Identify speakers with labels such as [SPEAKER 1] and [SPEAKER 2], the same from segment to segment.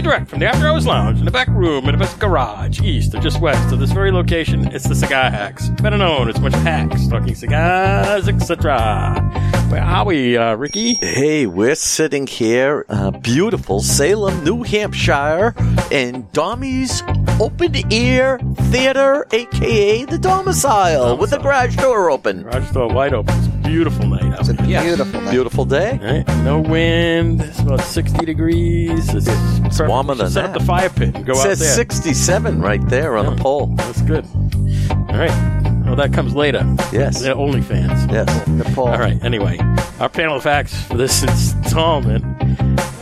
[SPEAKER 1] direct from the After Hours Lounge in the back room in the best garage, east or just west of this very location. It's the Cigar Hacks, better known as a bunch of hacks talking cigars, etc. Where are we, uh, Ricky?
[SPEAKER 2] Hey, we're sitting here, uh, beautiful Salem, New Hampshire, in Dommy's Open Air Theater, aka the domicile, with the garage door open.
[SPEAKER 1] Garage door wide open. It's a beautiful night out.
[SPEAKER 3] It's a
[SPEAKER 2] Yes.
[SPEAKER 3] beautiful night.
[SPEAKER 2] Beautiful day.
[SPEAKER 1] Right? No wind. It's about 60 degrees. It's, perfect.
[SPEAKER 2] warmer than
[SPEAKER 1] Just Set up
[SPEAKER 2] that.
[SPEAKER 1] the fire pit and go
[SPEAKER 2] It
[SPEAKER 1] out there.
[SPEAKER 2] says 67 right there on the pole.
[SPEAKER 1] That's good. All right. Well, that comes later.
[SPEAKER 2] Yes.
[SPEAKER 1] They're OnlyFans.
[SPEAKER 2] Yes.
[SPEAKER 3] The Paul.
[SPEAKER 1] All right. Anyway, our panel of facts for this installment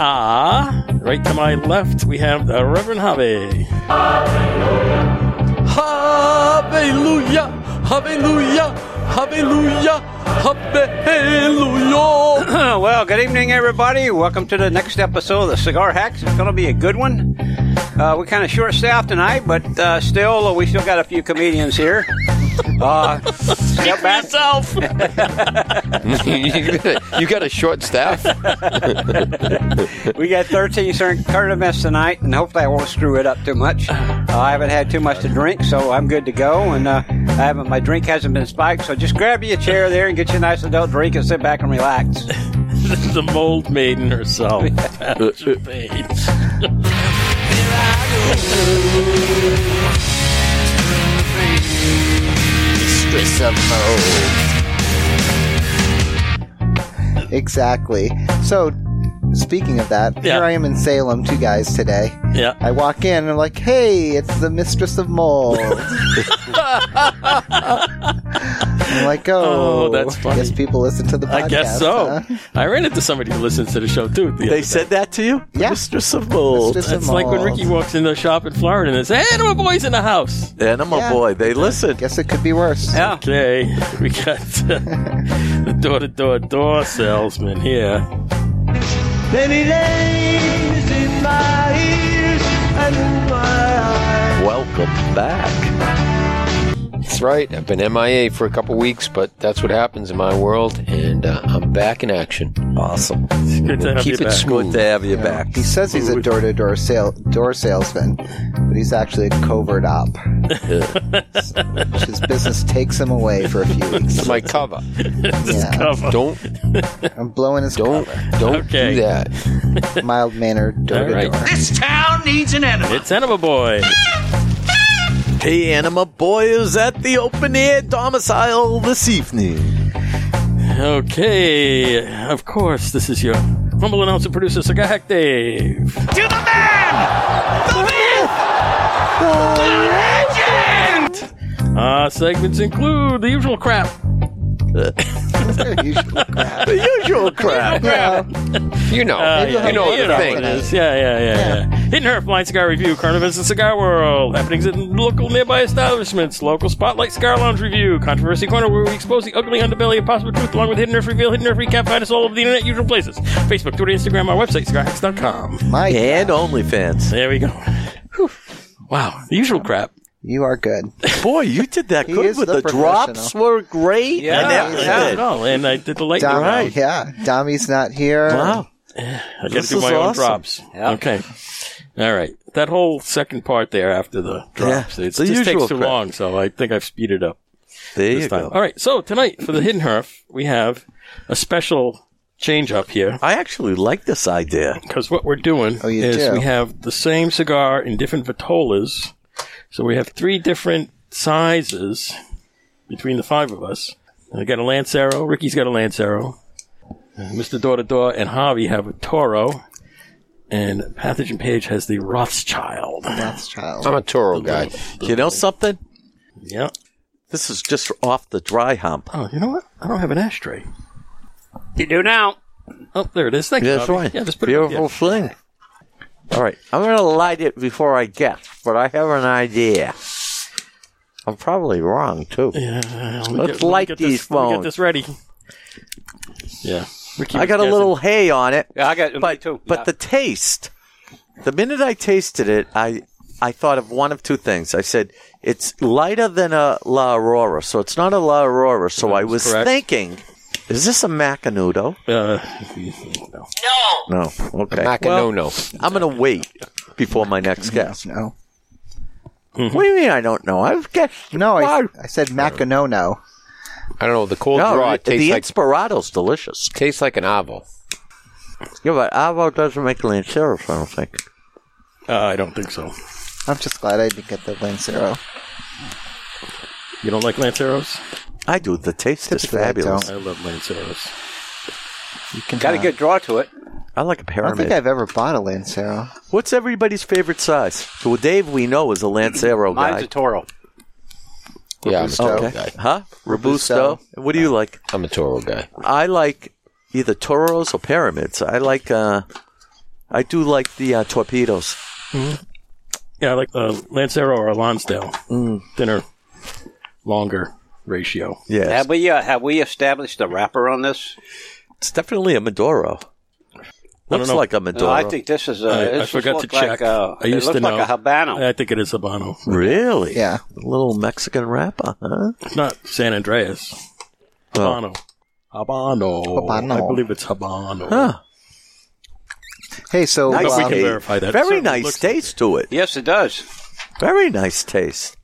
[SPEAKER 1] Ah, right to my left, we have the Reverend Hobby.
[SPEAKER 2] Hallelujah! Hallelujah! Hallelujah! Hallelujah!
[SPEAKER 4] well, good evening, everybody. Welcome to the next episode of the Cigar Hacks. It's going to be a good one. Uh, we're kind of short-staffed tonight, but uh, still, we still got a few comedians here. Uh, step back.
[SPEAKER 1] Myself!
[SPEAKER 5] you got a short staff.
[SPEAKER 4] We got 13 certain current events tonight, and hopefully I won't screw it up too much. Uh, I haven't had too much to drink, so I'm good to go. And uh, I haven't my drink hasn't been spiked, so just grab you a chair there and get you a nice adult drink and sit back and relax.
[SPEAKER 1] the mold maiden herself. Patricia Page.
[SPEAKER 5] Mistress of
[SPEAKER 3] Exactly. So, speaking of that,
[SPEAKER 1] Yeah.
[SPEAKER 3] here I am in Salem, two guys today.
[SPEAKER 1] Yeah.
[SPEAKER 3] I walk in and I'm like, hey, it's the Mistress of Mold. I'm like, oh,
[SPEAKER 1] Oh, that's funny.
[SPEAKER 3] Guess people listen to the podcast.
[SPEAKER 1] I guess so.
[SPEAKER 3] huh?
[SPEAKER 1] I ran into somebody who listens to the show too. The other
[SPEAKER 2] They said that to you?
[SPEAKER 3] Yeah.
[SPEAKER 2] Mistress of Mold.
[SPEAKER 3] Mistress of
[SPEAKER 1] It's like when
[SPEAKER 3] Mold.
[SPEAKER 1] Ricky walks into a shop in Florida and says, Animal Boy's in the house.
[SPEAKER 2] Animal
[SPEAKER 3] Yeah.
[SPEAKER 2] Boy, they listen.
[SPEAKER 3] Guess it could be worse.
[SPEAKER 4] Yeah.
[SPEAKER 1] Okay, we got uh, the door to door door salesman here.
[SPEAKER 2] Welcome back.
[SPEAKER 5] That's right. I've been MIA for a couple weeks, but that's what happens in my world, and uh, I'm back in action.
[SPEAKER 2] Awesome.
[SPEAKER 1] It's good to have you
[SPEAKER 5] Keep it
[SPEAKER 1] back.
[SPEAKER 2] Good
[SPEAKER 5] smooth.
[SPEAKER 2] to have you back.
[SPEAKER 3] He says he's a door to door sale door salesman, but he's actually a covert op. So, His business takes him away for a few weeks.
[SPEAKER 5] my cover.
[SPEAKER 3] Yeah,
[SPEAKER 1] Cover.
[SPEAKER 5] Don't
[SPEAKER 3] I'm blowing his
[SPEAKER 5] don't don't
[SPEAKER 1] Okay.
[SPEAKER 5] do that.
[SPEAKER 3] mild mannered door to
[SPEAKER 1] All
[SPEAKER 3] door.
[SPEAKER 1] It's Animal Boy.
[SPEAKER 2] Hey, Anima Boy is at the open air domicile this evening.
[SPEAKER 1] Okay, of course, this is your humble announcer producer, Cigar Hack Dave. Our Uh, segments include the usual crap.
[SPEAKER 2] The usual crap.
[SPEAKER 3] Yeah.
[SPEAKER 5] You know,
[SPEAKER 1] Uh,
[SPEAKER 3] Maybe
[SPEAKER 5] you know
[SPEAKER 3] I'll-
[SPEAKER 5] the
[SPEAKER 3] you know
[SPEAKER 5] thing.
[SPEAKER 3] what it is.
[SPEAKER 1] Yeah, yeah, yeah, yeah. Hidden Herf Blind Cigar Review, current events in Cigar World, happenings in local nearby establishments, local spotlight cigar lounge review, controversy corner where we expose the ugly underbelly of possible truth along with Hidden Herf Reveal, Hidden Herf Recap, find us all over the internet, usual places. Facebook, Twitter, Instagram, our website, cigarhacks.com.
[SPEAKER 3] Mike,
[SPEAKER 2] And OnlyFans.
[SPEAKER 1] There we go. Whew. Wow, the usual crap.
[SPEAKER 3] you are good.
[SPEAKER 2] Boy, you did that
[SPEAKER 3] He
[SPEAKER 2] good
[SPEAKER 3] is
[SPEAKER 2] with the,
[SPEAKER 3] the
[SPEAKER 2] drops
[SPEAKER 3] professional.
[SPEAKER 2] were great.
[SPEAKER 4] Yeah,
[SPEAKER 2] and
[SPEAKER 4] yeah.
[SPEAKER 2] everything.
[SPEAKER 1] Not at all, and I did the lightning
[SPEAKER 3] Dom,
[SPEAKER 1] round.
[SPEAKER 3] Yeah, Dommy's not here.
[SPEAKER 2] Wow.
[SPEAKER 1] I got to
[SPEAKER 2] This
[SPEAKER 1] do
[SPEAKER 2] is
[SPEAKER 1] my own
[SPEAKER 2] awesome.
[SPEAKER 1] drops. Okay. All right. That whole second part there after the drops,
[SPEAKER 2] Yeah,
[SPEAKER 1] it
[SPEAKER 2] the
[SPEAKER 1] just takes
[SPEAKER 2] usual
[SPEAKER 1] too
[SPEAKER 2] crap.
[SPEAKER 1] long, so I think I've speeded up
[SPEAKER 2] There
[SPEAKER 1] this
[SPEAKER 2] you
[SPEAKER 1] time.
[SPEAKER 2] go.
[SPEAKER 1] All right. So tonight for the Hidden Herf, we have a special change up here
[SPEAKER 2] I actually like this idea.
[SPEAKER 1] because what we're doing
[SPEAKER 3] Oh, you
[SPEAKER 1] is
[SPEAKER 3] do?
[SPEAKER 1] we have the same cigar in different vitolas. So we have three different sizes between the five of us. I got a Lancero. Ricky's got a Lancero. Mr. Door to Door and Harvey have a Toro. And Pathogen Page has the Rothschild.
[SPEAKER 3] That's child.
[SPEAKER 1] Oh,
[SPEAKER 5] I'm a Toro guy.
[SPEAKER 2] You know something?
[SPEAKER 1] Yeah.
[SPEAKER 2] This is just off the dry hump.
[SPEAKER 1] Oh, you know what? I don't have an ashtray.
[SPEAKER 4] You do now.
[SPEAKER 1] Oh, there it is. Thank you.
[SPEAKER 2] That's
[SPEAKER 1] Harvey.
[SPEAKER 2] right.
[SPEAKER 1] Yeah, just put it
[SPEAKER 2] Beautiful thing. All right. I'm going to light it before I guess, but I have an idea. I'm probably wrong, too.
[SPEAKER 1] Yeah, let me
[SPEAKER 2] Let's
[SPEAKER 1] get- let me
[SPEAKER 2] light
[SPEAKER 1] get
[SPEAKER 2] these
[SPEAKER 1] this, let me Get
[SPEAKER 2] phones.
[SPEAKER 1] this ready. Yeah,
[SPEAKER 2] I got a little hay on it,
[SPEAKER 4] Yeah, I got me
[SPEAKER 2] but,
[SPEAKER 4] too.
[SPEAKER 2] but
[SPEAKER 4] Yeah.
[SPEAKER 2] the taste, the minute I tasted it, I, I thought of one of two things. I said, it's lighter than a La Aurora, so it's not a La Aurora. So I was
[SPEAKER 1] correct.
[SPEAKER 2] thinking, is this a Macanudo?
[SPEAKER 1] Uh,
[SPEAKER 2] No. Okay.
[SPEAKER 5] Mac a no no.
[SPEAKER 2] I'm going to wait. before my next guest.
[SPEAKER 3] No.
[SPEAKER 2] What do you mean I don't know? I've got
[SPEAKER 3] No, I,
[SPEAKER 2] Why?
[SPEAKER 3] I said Macanuno.
[SPEAKER 5] I don't know. The cold
[SPEAKER 2] no.
[SPEAKER 5] draw it
[SPEAKER 2] the
[SPEAKER 5] tastes like
[SPEAKER 2] Inspirado's delicious.
[SPEAKER 5] tastes like an avo.
[SPEAKER 2] Yeah, but Avo doesn't make Lanceros, I don't think.
[SPEAKER 1] Uh, I don't think so.
[SPEAKER 3] I'm just glad I didn't get the Lancero.
[SPEAKER 1] You don't like Lanceros?
[SPEAKER 2] I do. The taste is
[SPEAKER 3] Typically I
[SPEAKER 2] fabulous.
[SPEAKER 1] I
[SPEAKER 2] I,
[SPEAKER 1] love Lanceros.
[SPEAKER 3] You can
[SPEAKER 4] Got a
[SPEAKER 3] uh,
[SPEAKER 4] good draw to it.
[SPEAKER 2] like a
[SPEAKER 3] I don't think
[SPEAKER 2] pyramid.
[SPEAKER 3] I've ever bought a Lancero.
[SPEAKER 2] What's everybody's favorite size? Well, Dave, we know is a Lancero
[SPEAKER 4] Mine's
[SPEAKER 2] guy.
[SPEAKER 4] a Toro.
[SPEAKER 5] Yeah, I'm a Toro
[SPEAKER 2] okay.
[SPEAKER 5] guy.
[SPEAKER 2] Huh? Robusto. What do you like?
[SPEAKER 5] I'm a Toro guy.
[SPEAKER 2] I like either toros or pyramids. I like. uh I do like the uh, torpedoes.
[SPEAKER 1] Yeah, I like uh, Lancero or Lonsdale. Thinner, longer ratio.
[SPEAKER 2] Yeah,
[SPEAKER 4] Have we uh, have we established a wrapper on this?
[SPEAKER 2] it's definitely a Maduro. Looks
[SPEAKER 1] know.
[SPEAKER 2] like a
[SPEAKER 4] No,
[SPEAKER 2] Maduro.
[SPEAKER 4] I think this is. Uh,
[SPEAKER 1] I- I,
[SPEAKER 4] this
[SPEAKER 1] forgot
[SPEAKER 4] looks
[SPEAKER 1] to check.
[SPEAKER 4] Like, uh,
[SPEAKER 1] I used
[SPEAKER 4] it
[SPEAKER 1] to
[SPEAKER 4] looks
[SPEAKER 1] know. Uh,
[SPEAKER 4] like a Habano.
[SPEAKER 1] I think it is Habano.
[SPEAKER 2] really.
[SPEAKER 3] Yeah.
[SPEAKER 2] a little Mexican uh-huh. rapper, huh?
[SPEAKER 1] It's not San Andreas.
[SPEAKER 2] Oh.
[SPEAKER 1] Habano. Habano.
[SPEAKER 3] Habano.
[SPEAKER 1] I believe it's Habano.
[SPEAKER 2] Huh.
[SPEAKER 3] Hey, so
[SPEAKER 1] Nice.
[SPEAKER 3] um,
[SPEAKER 1] we can verify that. It
[SPEAKER 2] Very
[SPEAKER 1] certainly
[SPEAKER 2] nice
[SPEAKER 1] looks
[SPEAKER 2] taste to it.
[SPEAKER 4] yes, it does.
[SPEAKER 2] Very nice taste.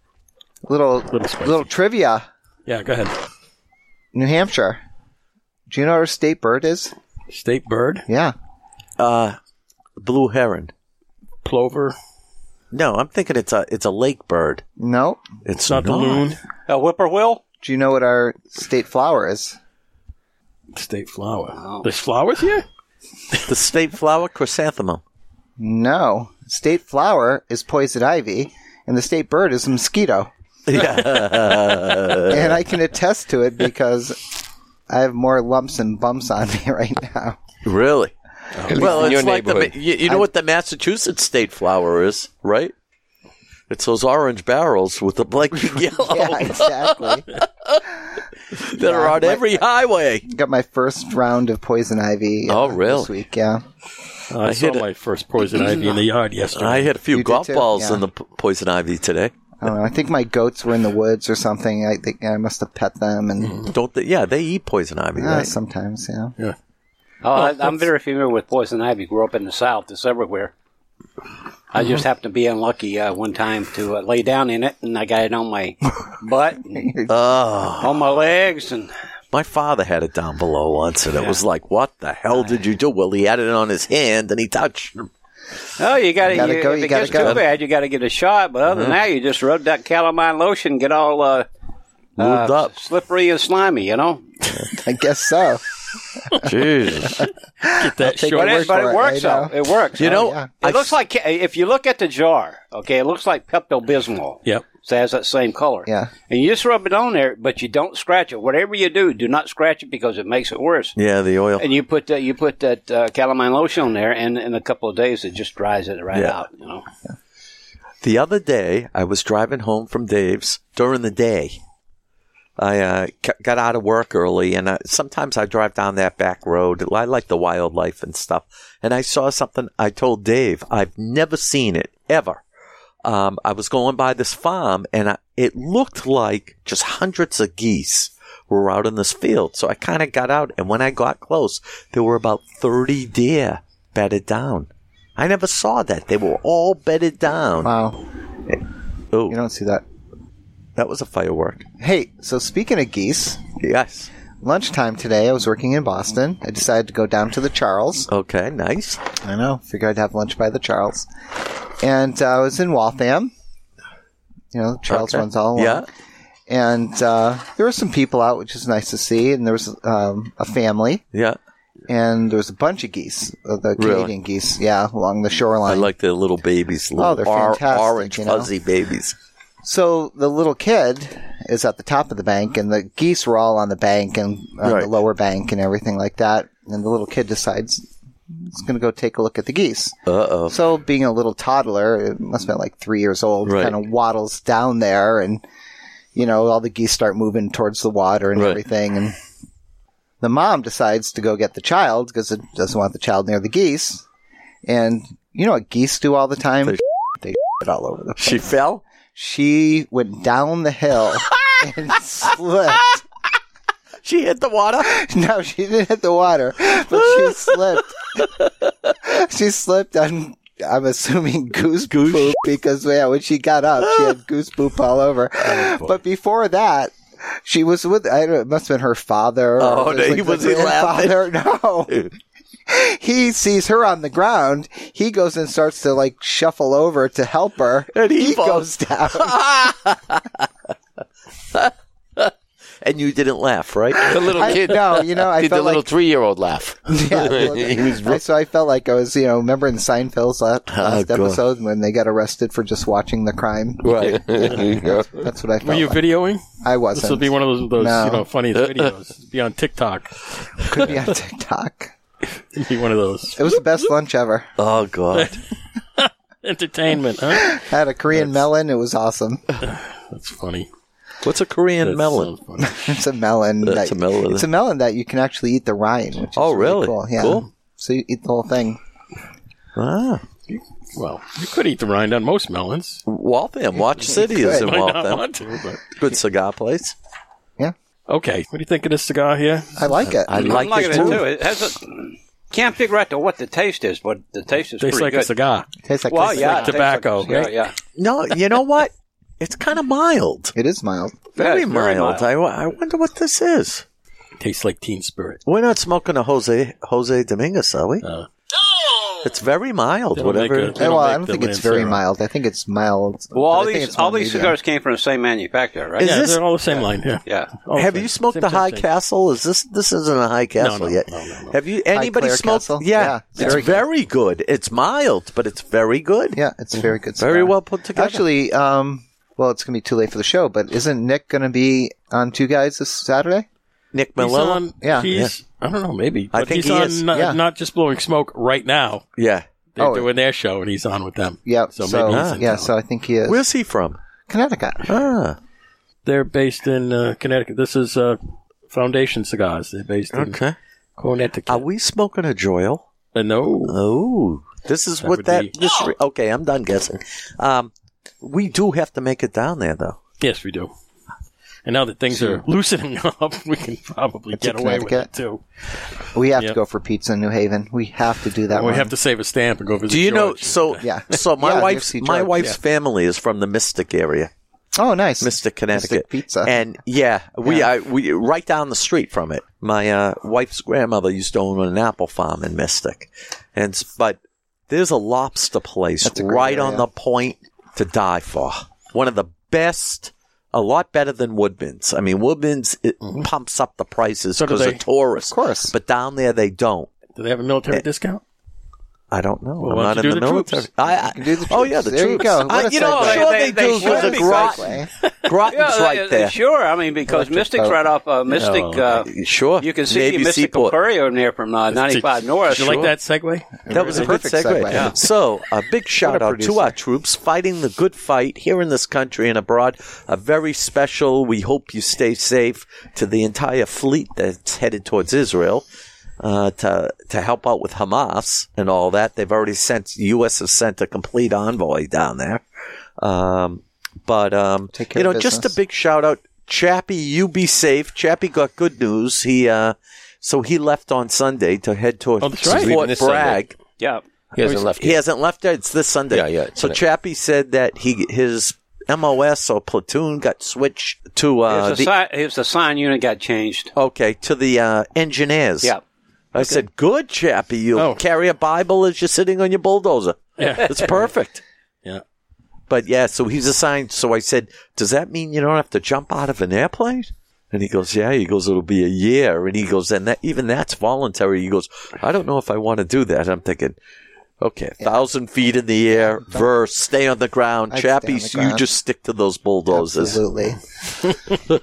[SPEAKER 3] little
[SPEAKER 1] Little spicy.
[SPEAKER 3] little trivia.
[SPEAKER 1] Yeah, go ahead.
[SPEAKER 3] New Hampshire. Do you know what our state bird is?
[SPEAKER 1] State bird,
[SPEAKER 3] Yeah.
[SPEAKER 2] Uh, blue heron.
[SPEAKER 1] plover,
[SPEAKER 2] No, I'm thinking it's a it's a lake bird.
[SPEAKER 3] No.
[SPEAKER 2] It's
[SPEAKER 1] not the loon.
[SPEAKER 4] A whippoorwill.
[SPEAKER 3] Do you know what our state flower is?
[SPEAKER 1] State flower. There's flowers here?
[SPEAKER 2] The state flower chrysanthemum.
[SPEAKER 3] No. State flower is poison ivy, and the state bird is a mosquito.
[SPEAKER 2] Yeah,
[SPEAKER 3] and I can attest to it because I have more lumps and bumps on me right now.
[SPEAKER 2] really. Well,
[SPEAKER 5] in your
[SPEAKER 2] it's like the,
[SPEAKER 5] neighborhood.
[SPEAKER 2] you, you know what the Massachusetts state flower is, right? It's those orange barrels with the blinking yellow
[SPEAKER 3] Yeah, exactly.
[SPEAKER 2] that are on every highway.
[SPEAKER 3] Got my first round of poison ivy. uh,
[SPEAKER 2] Oh, really?
[SPEAKER 3] This week, yeah.
[SPEAKER 1] Uh, I, saw
[SPEAKER 2] hit it.
[SPEAKER 1] my first poison ivy in the yard yesterday.
[SPEAKER 2] I hit a few
[SPEAKER 3] You did
[SPEAKER 2] golf
[SPEAKER 3] too?
[SPEAKER 2] balls
[SPEAKER 3] Yeah.
[SPEAKER 2] in the p- poison ivy today.
[SPEAKER 3] I don't know. I think my goats were in the woods or something. I think I must have pet them and
[SPEAKER 2] Don't they? Yeah, they eat poison ivy,
[SPEAKER 3] uh,
[SPEAKER 2] Mm, right?
[SPEAKER 3] sometimes, yeah.
[SPEAKER 4] Oh, I, I'm very familiar with poison ivy. Grew up in the South. It's everywhere. I just happened to be unlucky uh, one time to uh, lay down in it, and I got it on my butt, and
[SPEAKER 2] Oh,
[SPEAKER 4] on my legs, and
[SPEAKER 2] my father had it down below once, and it was like, what the hell did you do? Well, he had it on his hand, and he touched.
[SPEAKER 4] oh, you got to.
[SPEAKER 3] Gotta go,
[SPEAKER 4] If
[SPEAKER 3] you
[SPEAKER 4] it
[SPEAKER 3] gotta
[SPEAKER 4] gets
[SPEAKER 3] go.
[SPEAKER 4] too bad, you got to get a shot. But other than that, you just rub that calamine lotion, get all uh,
[SPEAKER 2] Moved
[SPEAKER 4] uh,
[SPEAKER 2] up.
[SPEAKER 4] slippery and slimy. You know,
[SPEAKER 3] I guess so.
[SPEAKER 2] Jesus.
[SPEAKER 1] that
[SPEAKER 3] take
[SPEAKER 1] short.
[SPEAKER 4] but it,
[SPEAKER 3] work
[SPEAKER 4] but
[SPEAKER 3] for
[SPEAKER 4] it
[SPEAKER 3] it,
[SPEAKER 4] works
[SPEAKER 3] right
[SPEAKER 4] though. It works.
[SPEAKER 2] You know,
[SPEAKER 3] Oh, yeah.
[SPEAKER 2] I
[SPEAKER 4] It looks like uh, if you look at the jar, okay, it looks like Pepto Bismol.
[SPEAKER 1] Yep.
[SPEAKER 4] So it has that same color.
[SPEAKER 3] Yeah.
[SPEAKER 4] And you just rub it on there, but you don't scratch it. Whatever you do, do not scratch it because it makes it worse.
[SPEAKER 2] Yeah, the oil.
[SPEAKER 4] And you put that you put that uh, calamine lotion on there, and in a couple of days it just dries it right
[SPEAKER 2] Yeah.
[SPEAKER 4] out. You know.
[SPEAKER 2] The other day, I was driving home from Dave's during the day. I uh, c- got out of work early, and I, sometimes I drive down that back road. I like the wildlife and stuff. And I saw something. I told Dave, I've never seen it ever. Um, I was going by this farm, and I, it looked like just hundreds of geese were out in this field. So I kind of got out, and when I got close, there were about thirty deer bedded down. I never saw that. They were all bedded down.
[SPEAKER 3] Wow.
[SPEAKER 2] Oh,
[SPEAKER 3] You don't see that.
[SPEAKER 2] that was a firework.
[SPEAKER 3] Hey, so speaking of geese,
[SPEAKER 2] Yes.
[SPEAKER 3] lunchtime today, I was working in Boston. I decided to go down to the Charles.
[SPEAKER 2] Okay, nice.
[SPEAKER 3] I know. Figured I'd have lunch by the Charles. And uh, I was in Waltham. You know, Charles
[SPEAKER 2] Okay.
[SPEAKER 3] runs all along.
[SPEAKER 2] Yeah.
[SPEAKER 3] And uh, there were some people out, which is nice to see. And there was um, a family.
[SPEAKER 2] Yeah.
[SPEAKER 3] And there was a bunch of geese, uh, the
[SPEAKER 2] Really?
[SPEAKER 3] Canadian geese, yeah, along the shoreline.
[SPEAKER 2] I like the little babies. Little
[SPEAKER 3] Oh, they're
[SPEAKER 2] or-
[SPEAKER 3] fantastic,
[SPEAKER 2] Orange,
[SPEAKER 3] you know?
[SPEAKER 2] fuzzy babies.
[SPEAKER 3] So the little kid is at the top of the bank, and the geese were all on the bank and on
[SPEAKER 2] Right.
[SPEAKER 3] the lower bank and everything like that. And the little kid decides he's going to go take a look at the geese.
[SPEAKER 2] Uh oh.
[SPEAKER 3] So being a little toddler, it must have been like three years old,
[SPEAKER 2] Right.
[SPEAKER 3] kind of waddles down there, and you know all the geese start moving towards the water and
[SPEAKER 2] Right.
[SPEAKER 3] everything. And the mom decides to go get the child because it doesn't want the child near the geese. And you know what geese do all the time?
[SPEAKER 2] They
[SPEAKER 3] they it all over the place
[SPEAKER 2] She fell?
[SPEAKER 3] she went down the hill and slipped.
[SPEAKER 2] She hit the water?
[SPEAKER 3] No, she didn't hit the water, but she slipped. she slipped on I'm assuming goose, poop because yeah, when she got up, she had goose poop all over. but before that, she was with I don't, it must have been her father. or
[SPEAKER 2] Oh,
[SPEAKER 3] it
[SPEAKER 2] no, he
[SPEAKER 3] the
[SPEAKER 2] was- he laughed.
[SPEAKER 3] grandfather. No. He sees her on the ground. He goes and starts to like shuffle over to help her.
[SPEAKER 2] And he falls.
[SPEAKER 3] goes down.
[SPEAKER 2] And you didn't laugh, right?
[SPEAKER 5] The little
[SPEAKER 3] I-
[SPEAKER 5] kid.
[SPEAKER 3] no, you know, I
[SPEAKER 5] did the
[SPEAKER 3] felt
[SPEAKER 5] little
[SPEAKER 3] like-
[SPEAKER 5] three-year-old laugh.
[SPEAKER 3] Yeah, well,
[SPEAKER 5] he was
[SPEAKER 3] I- so I felt like I was, you know, remember in Seinfeld's last,
[SPEAKER 2] Oh,
[SPEAKER 3] last
[SPEAKER 2] God.
[SPEAKER 3] episode when they got arrested for just watching the crime.
[SPEAKER 2] Right.
[SPEAKER 5] There you go.
[SPEAKER 3] That's what I felt.
[SPEAKER 1] Were you
[SPEAKER 3] like.
[SPEAKER 1] videoing?
[SPEAKER 3] I wasn't.
[SPEAKER 1] This will be one of those, those
[SPEAKER 3] No.
[SPEAKER 1] you know, funniest videos. It'd be on TikTok.
[SPEAKER 3] Could be on TikTok.
[SPEAKER 1] It'd be one of those.
[SPEAKER 3] It was the best lunch ever.
[SPEAKER 2] Oh God.
[SPEAKER 1] Entertainment, huh?
[SPEAKER 3] I had a Korean melon. It was awesome.
[SPEAKER 1] That's funny.
[SPEAKER 2] What's a Korean
[SPEAKER 1] That's
[SPEAKER 2] melon?
[SPEAKER 1] so funny.
[SPEAKER 3] It's a melon.
[SPEAKER 2] That's
[SPEAKER 3] that-
[SPEAKER 2] a melon.
[SPEAKER 3] It's a melon that you can actually eat the rind. Which is
[SPEAKER 2] Oh, really?
[SPEAKER 3] Cool. Yeah.
[SPEAKER 2] Cool.
[SPEAKER 3] So you eat the whole thing.
[SPEAKER 4] uh,
[SPEAKER 2] Ah.
[SPEAKER 1] Well, you could eat the rind on most melons.
[SPEAKER 2] Waltham, Watch City is in
[SPEAKER 1] Might not
[SPEAKER 2] Waltham.
[SPEAKER 1] want to, but.
[SPEAKER 2] Good cigar place.
[SPEAKER 3] Yeah.
[SPEAKER 1] Okay, what do you think of this cigar here?
[SPEAKER 3] I like it.
[SPEAKER 2] I
[SPEAKER 4] I'm
[SPEAKER 2] like,
[SPEAKER 4] liking
[SPEAKER 2] it
[SPEAKER 4] Mm-hmm. it too.
[SPEAKER 2] too.
[SPEAKER 4] It has a, can't figure out though what the taste is, but the taste is
[SPEAKER 1] Tastes
[SPEAKER 4] pretty
[SPEAKER 1] like
[SPEAKER 4] good.
[SPEAKER 1] a cigar.
[SPEAKER 3] Tastes like
[SPEAKER 4] Well,
[SPEAKER 3] this.
[SPEAKER 4] yeah,
[SPEAKER 1] like
[SPEAKER 4] it tastes
[SPEAKER 1] tobacco,
[SPEAKER 4] like a cigar,
[SPEAKER 1] right?
[SPEAKER 4] Yeah,
[SPEAKER 2] No, you know what? It's kind of mild.
[SPEAKER 3] It is mild.
[SPEAKER 2] Very,
[SPEAKER 4] it's very
[SPEAKER 2] mild. I wa- I, wonder what this is.
[SPEAKER 1] Tastes like Teen Spirit.
[SPEAKER 2] We're not smoking a Jose Jose Dominguez, are we?
[SPEAKER 1] No.
[SPEAKER 2] It's very mild.
[SPEAKER 1] They don't make
[SPEAKER 2] Whatever.
[SPEAKER 1] a-
[SPEAKER 3] Well, I
[SPEAKER 1] make
[SPEAKER 3] don't
[SPEAKER 1] the
[SPEAKER 3] think it's very
[SPEAKER 1] Lancero.
[SPEAKER 3] mild. I think it's mild.
[SPEAKER 4] Well, all
[SPEAKER 3] but I think
[SPEAKER 4] these
[SPEAKER 3] it's
[SPEAKER 4] all
[SPEAKER 3] more
[SPEAKER 4] these
[SPEAKER 3] medium.
[SPEAKER 4] cigars came from the same manufacturer, right?
[SPEAKER 2] Is
[SPEAKER 1] yeah,
[SPEAKER 2] this-
[SPEAKER 1] they're all the same line. Yeah.
[SPEAKER 4] yeah.
[SPEAKER 1] All the
[SPEAKER 2] Have
[SPEAKER 1] same.
[SPEAKER 2] you smoked
[SPEAKER 1] Same,
[SPEAKER 2] the
[SPEAKER 1] same,
[SPEAKER 2] High
[SPEAKER 1] same.
[SPEAKER 2] Castle? Is this this isn't a High Castle
[SPEAKER 1] no,
[SPEAKER 2] yet?
[SPEAKER 1] no, no, no.
[SPEAKER 2] Have you anybody
[SPEAKER 3] Clear
[SPEAKER 2] smoked?
[SPEAKER 3] Castle?
[SPEAKER 2] Yeah,
[SPEAKER 3] Yeah,
[SPEAKER 2] it's very, good. It's mild, but it's very good.
[SPEAKER 3] Yeah, it's a very good. Cigar.
[SPEAKER 2] Very well put together.
[SPEAKER 3] Actually, um, well, it's gonna be too late for the show, but isn't Nick gonna be on Two Guys this Saturday?
[SPEAKER 2] Nick
[SPEAKER 1] He's
[SPEAKER 2] Malone.
[SPEAKER 1] on,
[SPEAKER 3] Yeah.
[SPEAKER 1] he's, I don't know, maybe.
[SPEAKER 2] I
[SPEAKER 1] but he's
[SPEAKER 2] think he
[SPEAKER 1] on
[SPEAKER 2] is.
[SPEAKER 1] Not,
[SPEAKER 3] Yeah.
[SPEAKER 1] not just blowing smoke right now.
[SPEAKER 2] Yeah,
[SPEAKER 1] They're
[SPEAKER 3] Oh.
[SPEAKER 1] doing their show, and he's on with them.
[SPEAKER 3] Yeah.
[SPEAKER 1] So
[SPEAKER 3] So,
[SPEAKER 1] maybe he's in
[SPEAKER 3] yeah,
[SPEAKER 1] town.
[SPEAKER 3] so I think he is
[SPEAKER 2] where's he from?
[SPEAKER 3] Connecticut.
[SPEAKER 2] Ah,
[SPEAKER 1] They're based in uh, Connecticut. This is uh, Foundation Cigars. They're based in
[SPEAKER 2] okay.
[SPEAKER 1] Connecticut.
[SPEAKER 2] Are we smoking a Joil?
[SPEAKER 1] Uh, no.
[SPEAKER 2] Oh, this is what
[SPEAKER 1] would
[SPEAKER 2] that.
[SPEAKER 1] be-
[SPEAKER 2] This re- okay, I'm done guessing. Um, we do have to make it down there though.
[SPEAKER 1] Yes, we do. And now that things are loosening up, we can probably
[SPEAKER 3] a
[SPEAKER 1] get away with it,
[SPEAKER 3] Connecticut.
[SPEAKER 1] too.
[SPEAKER 3] We have
[SPEAKER 1] Yep.
[SPEAKER 3] to go for pizza in New Haven. We have to do that.
[SPEAKER 1] And we
[SPEAKER 3] one.
[SPEAKER 1] have to save a stamp and go visit
[SPEAKER 2] Do you know?
[SPEAKER 1] George.
[SPEAKER 2] So
[SPEAKER 3] Yeah.
[SPEAKER 2] So my
[SPEAKER 3] Yeah,
[SPEAKER 2] wife's
[SPEAKER 3] Nipsey
[SPEAKER 2] my
[SPEAKER 3] George,
[SPEAKER 2] wife's
[SPEAKER 3] yeah.
[SPEAKER 2] family is from the Mystic area.
[SPEAKER 3] Oh, nice,
[SPEAKER 2] Mystic, Connecticut.
[SPEAKER 3] Pizza.
[SPEAKER 2] And yeah, we
[SPEAKER 3] Yeah.
[SPEAKER 2] I, we right down the street from it. My uh, wife's grandmother used to own an apple farm in Mystic, and s- but there's a lobster place
[SPEAKER 3] That's a great
[SPEAKER 2] right on
[SPEAKER 3] area.
[SPEAKER 2] the point to die for. One of the best. A lot better than Woodman's. I mean, Woodman's it
[SPEAKER 3] Mm-hmm.
[SPEAKER 2] pumps up the prices
[SPEAKER 1] So do
[SPEAKER 2] because
[SPEAKER 1] they.
[SPEAKER 2] of tourists.
[SPEAKER 3] Of course.
[SPEAKER 2] but down there they don't.
[SPEAKER 1] Do they have a
[SPEAKER 2] Eh,
[SPEAKER 1] military discount?
[SPEAKER 2] I don't know.
[SPEAKER 1] why
[SPEAKER 2] I'm
[SPEAKER 1] don't
[SPEAKER 2] not
[SPEAKER 1] you
[SPEAKER 2] in
[SPEAKER 1] do
[SPEAKER 2] the
[SPEAKER 1] the troops?
[SPEAKER 2] military. I, I,
[SPEAKER 3] do the
[SPEAKER 2] oh yeah,
[SPEAKER 3] troops.
[SPEAKER 2] the
[SPEAKER 3] There you
[SPEAKER 2] troops.
[SPEAKER 3] go. What
[SPEAKER 2] I,
[SPEAKER 3] a
[SPEAKER 2] you know,
[SPEAKER 3] segue.
[SPEAKER 2] I'm sure they,
[SPEAKER 4] They- they
[SPEAKER 2] do.
[SPEAKER 4] should
[SPEAKER 2] There's a
[SPEAKER 4] be
[SPEAKER 2] grot. Grotten's right there.
[SPEAKER 4] uh, Sure, I mean because Mystic's
[SPEAKER 3] boat.
[SPEAKER 4] right off uh, Mystic. Uh,
[SPEAKER 2] Sure.
[SPEAKER 4] you can see
[SPEAKER 2] Navy
[SPEAKER 4] Mystical
[SPEAKER 2] Seaport.
[SPEAKER 4] Prairie over there from uh, 95 North.
[SPEAKER 1] Did you like that segue?
[SPEAKER 2] That was a good
[SPEAKER 3] Perfect
[SPEAKER 2] segue.
[SPEAKER 3] segue. Yeah.
[SPEAKER 2] So, a big shout out to
[SPEAKER 3] producer.
[SPEAKER 2] our troops fighting the good fight here in this country and abroad. A very special, we hope you stay safe to the entire fleet that's headed towards Israel. Uh, to to help out with Hamas and all that, they've already sent U.S. has sent a complete envoy down there. Um, but um,
[SPEAKER 3] Take care
[SPEAKER 2] you know,
[SPEAKER 3] of
[SPEAKER 2] just a
[SPEAKER 3] business.
[SPEAKER 2] big shout out, Chappie. You be safe. Chappie got good news. He uh, so he left on Sunday to head towards
[SPEAKER 1] Oh, that's right. He's
[SPEAKER 5] leaving
[SPEAKER 2] Fort
[SPEAKER 5] this
[SPEAKER 2] Bragg.
[SPEAKER 4] Yeah.
[SPEAKER 5] He hasn't left
[SPEAKER 2] He
[SPEAKER 5] yet.
[SPEAKER 2] hasn't left yet. It's this Sunday.
[SPEAKER 5] Yeah, yeah,
[SPEAKER 2] So
[SPEAKER 5] tonight.
[SPEAKER 2] Chappie said that he his MOS or platoon got switched to uh,
[SPEAKER 4] It's
[SPEAKER 2] the,
[SPEAKER 4] the, si- it's the sign unit got changed.
[SPEAKER 2] okay to the uh, engineers.
[SPEAKER 4] Yeah.
[SPEAKER 2] I said, good Chappie. You
[SPEAKER 1] Oh.
[SPEAKER 2] carry a Bible as you're sitting on your bulldozer.
[SPEAKER 1] Yeah.
[SPEAKER 2] it's perfect.
[SPEAKER 1] Yeah.
[SPEAKER 2] But yeah, so he's assigned. So I said, does that mean you don't have to jump out of an airplane? And he goes, yeah. He goes, it'll be a year. And he goes, and that even that's voluntary. He goes, I don't know if I want to do that. I'm thinking, okay, thousand feet in the air, verse, stay on the ground,
[SPEAKER 3] I'd stay on
[SPEAKER 2] Chappies.
[SPEAKER 3] the ground.
[SPEAKER 2] You just stick to those bulldozers.
[SPEAKER 3] Absolutely.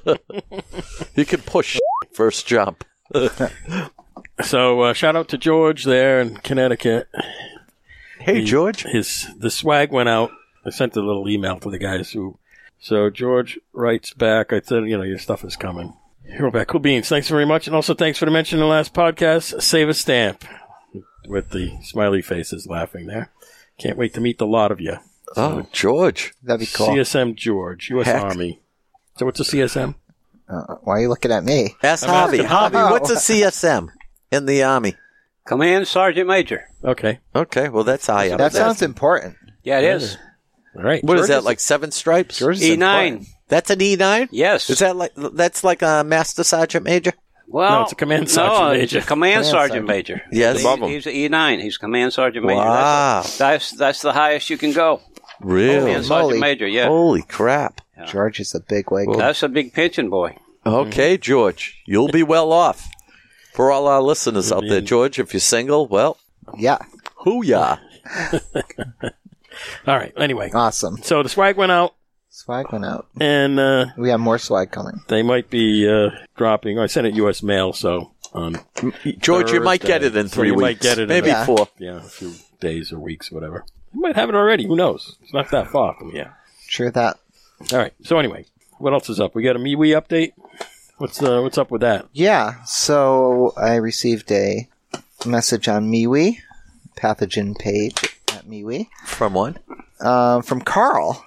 [SPEAKER 2] You can push first jump.
[SPEAKER 1] So uh, shout out to George there in Connecticut.
[SPEAKER 2] Hey, George.
[SPEAKER 1] His the swag went out. I sent a little email to the guys who. So George writes back. I said, you know, your stuff is coming. Here we're back. Cool beans. Thanks very much, and also thanks for the mention in the last podcast. Save a stamp with the smiley faces laughing there. Can't wait to meet the lot of you.
[SPEAKER 2] Oh, George.
[SPEAKER 3] That'd be cool.
[SPEAKER 1] CSM George, U.S.
[SPEAKER 2] Heck.
[SPEAKER 1] Army. So what's a CSM?
[SPEAKER 3] Uh, why are you looking at me?
[SPEAKER 2] Ask Hobby. Oh.
[SPEAKER 1] asking
[SPEAKER 2] Hobby,
[SPEAKER 3] Hobby.
[SPEAKER 2] what's a CSM in the Army?
[SPEAKER 4] Command Sergeant Major.
[SPEAKER 1] Okay.
[SPEAKER 2] Okay, well that's high up.
[SPEAKER 3] That sounds important.
[SPEAKER 4] Yeah, it is.
[SPEAKER 1] All right.
[SPEAKER 2] What is that like? Seven stripes?
[SPEAKER 3] George is
[SPEAKER 4] E9.
[SPEAKER 3] important.
[SPEAKER 2] That's an E nine.
[SPEAKER 4] Yes.
[SPEAKER 2] Is that like that's like a master sergeant major?
[SPEAKER 4] Well,
[SPEAKER 1] No, it's a command
[SPEAKER 4] no,
[SPEAKER 1] sergeant
[SPEAKER 4] it's
[SPEAKER 1] major.
[SPEAKER 4] a command sergeant
[SPEAKER 3] sergeant.
[SPEAKER 4] major.
[SPEAKER 2] Yes.
[SPEAKER 4] he's,
[SPEAKER 2] Above him.
[SPEAKER 4] he's an E nine. He's command sergeant major.
[SPEAKER 2] Wow.
[SPEAKER 4] That's, that's that's the highest you can go.
[SPEAKER 2] Really?
[SPEAKER 4] Command sergeant
[SPEAKER 3] moly.
[SPEAKER 4] major. Yeah,
[SPEAKER 2] Holy crap!
[SPEAKER 3] George is a big wig.
[SPEAKER 4] that's a big pension boy.
[SPEAKER 1] Mm-hmm.
[SPEAKER 2] Okay, George, you'll be well off. For all our listeners out
[SPEAKER 1] Mm-hmm.
[SPEAKER 2] there, George, if you're single, well,
[SPEAKER 3] Yeah,
[SPEAKER 2] hooyah!
[SPEAKER 1] All right. Anyway,
[SPEAKER 3] awesome.
[SPEAKER 1] so the swag went out,
[SPEAKER 3] Swag went out.
[SPEAKER 1] and uh,
[SPEAKER 3] We have more swag coming.
[SPEAKER 1] they might be uh, dropping. I sent it U.S. mail, so um, on
[SPEAKER 2] George, you might get it
[SPEAKER 1] Thursday.
[SPEAKER 2] in
[SPEAKER 1] So
[SPEAKER 2] three
[SPEAKER 1] you
[SPEAKER 2] weeks,
[SPEAKER 1] might get it in
[SPEAKER 2] maybe
[SPEAKER 1] a-
[SPEAKER 2] four.
[SPEAKER 1] yeah, a few days or weeks, or whatever. You might have it already. Who knows? It's not that far from here.
[SPEAKER 3] True that.
[SPEAKER 1] All right. So anyway, what else is up? We got a MeWe update. What's uh, what's up with that?
[SPEAKER 3] Yeah, so I received a message on MeWe, pathogen page at MeWe,
[SPEAKER 2] From one,
[SPEAKER 3] um, from Carl.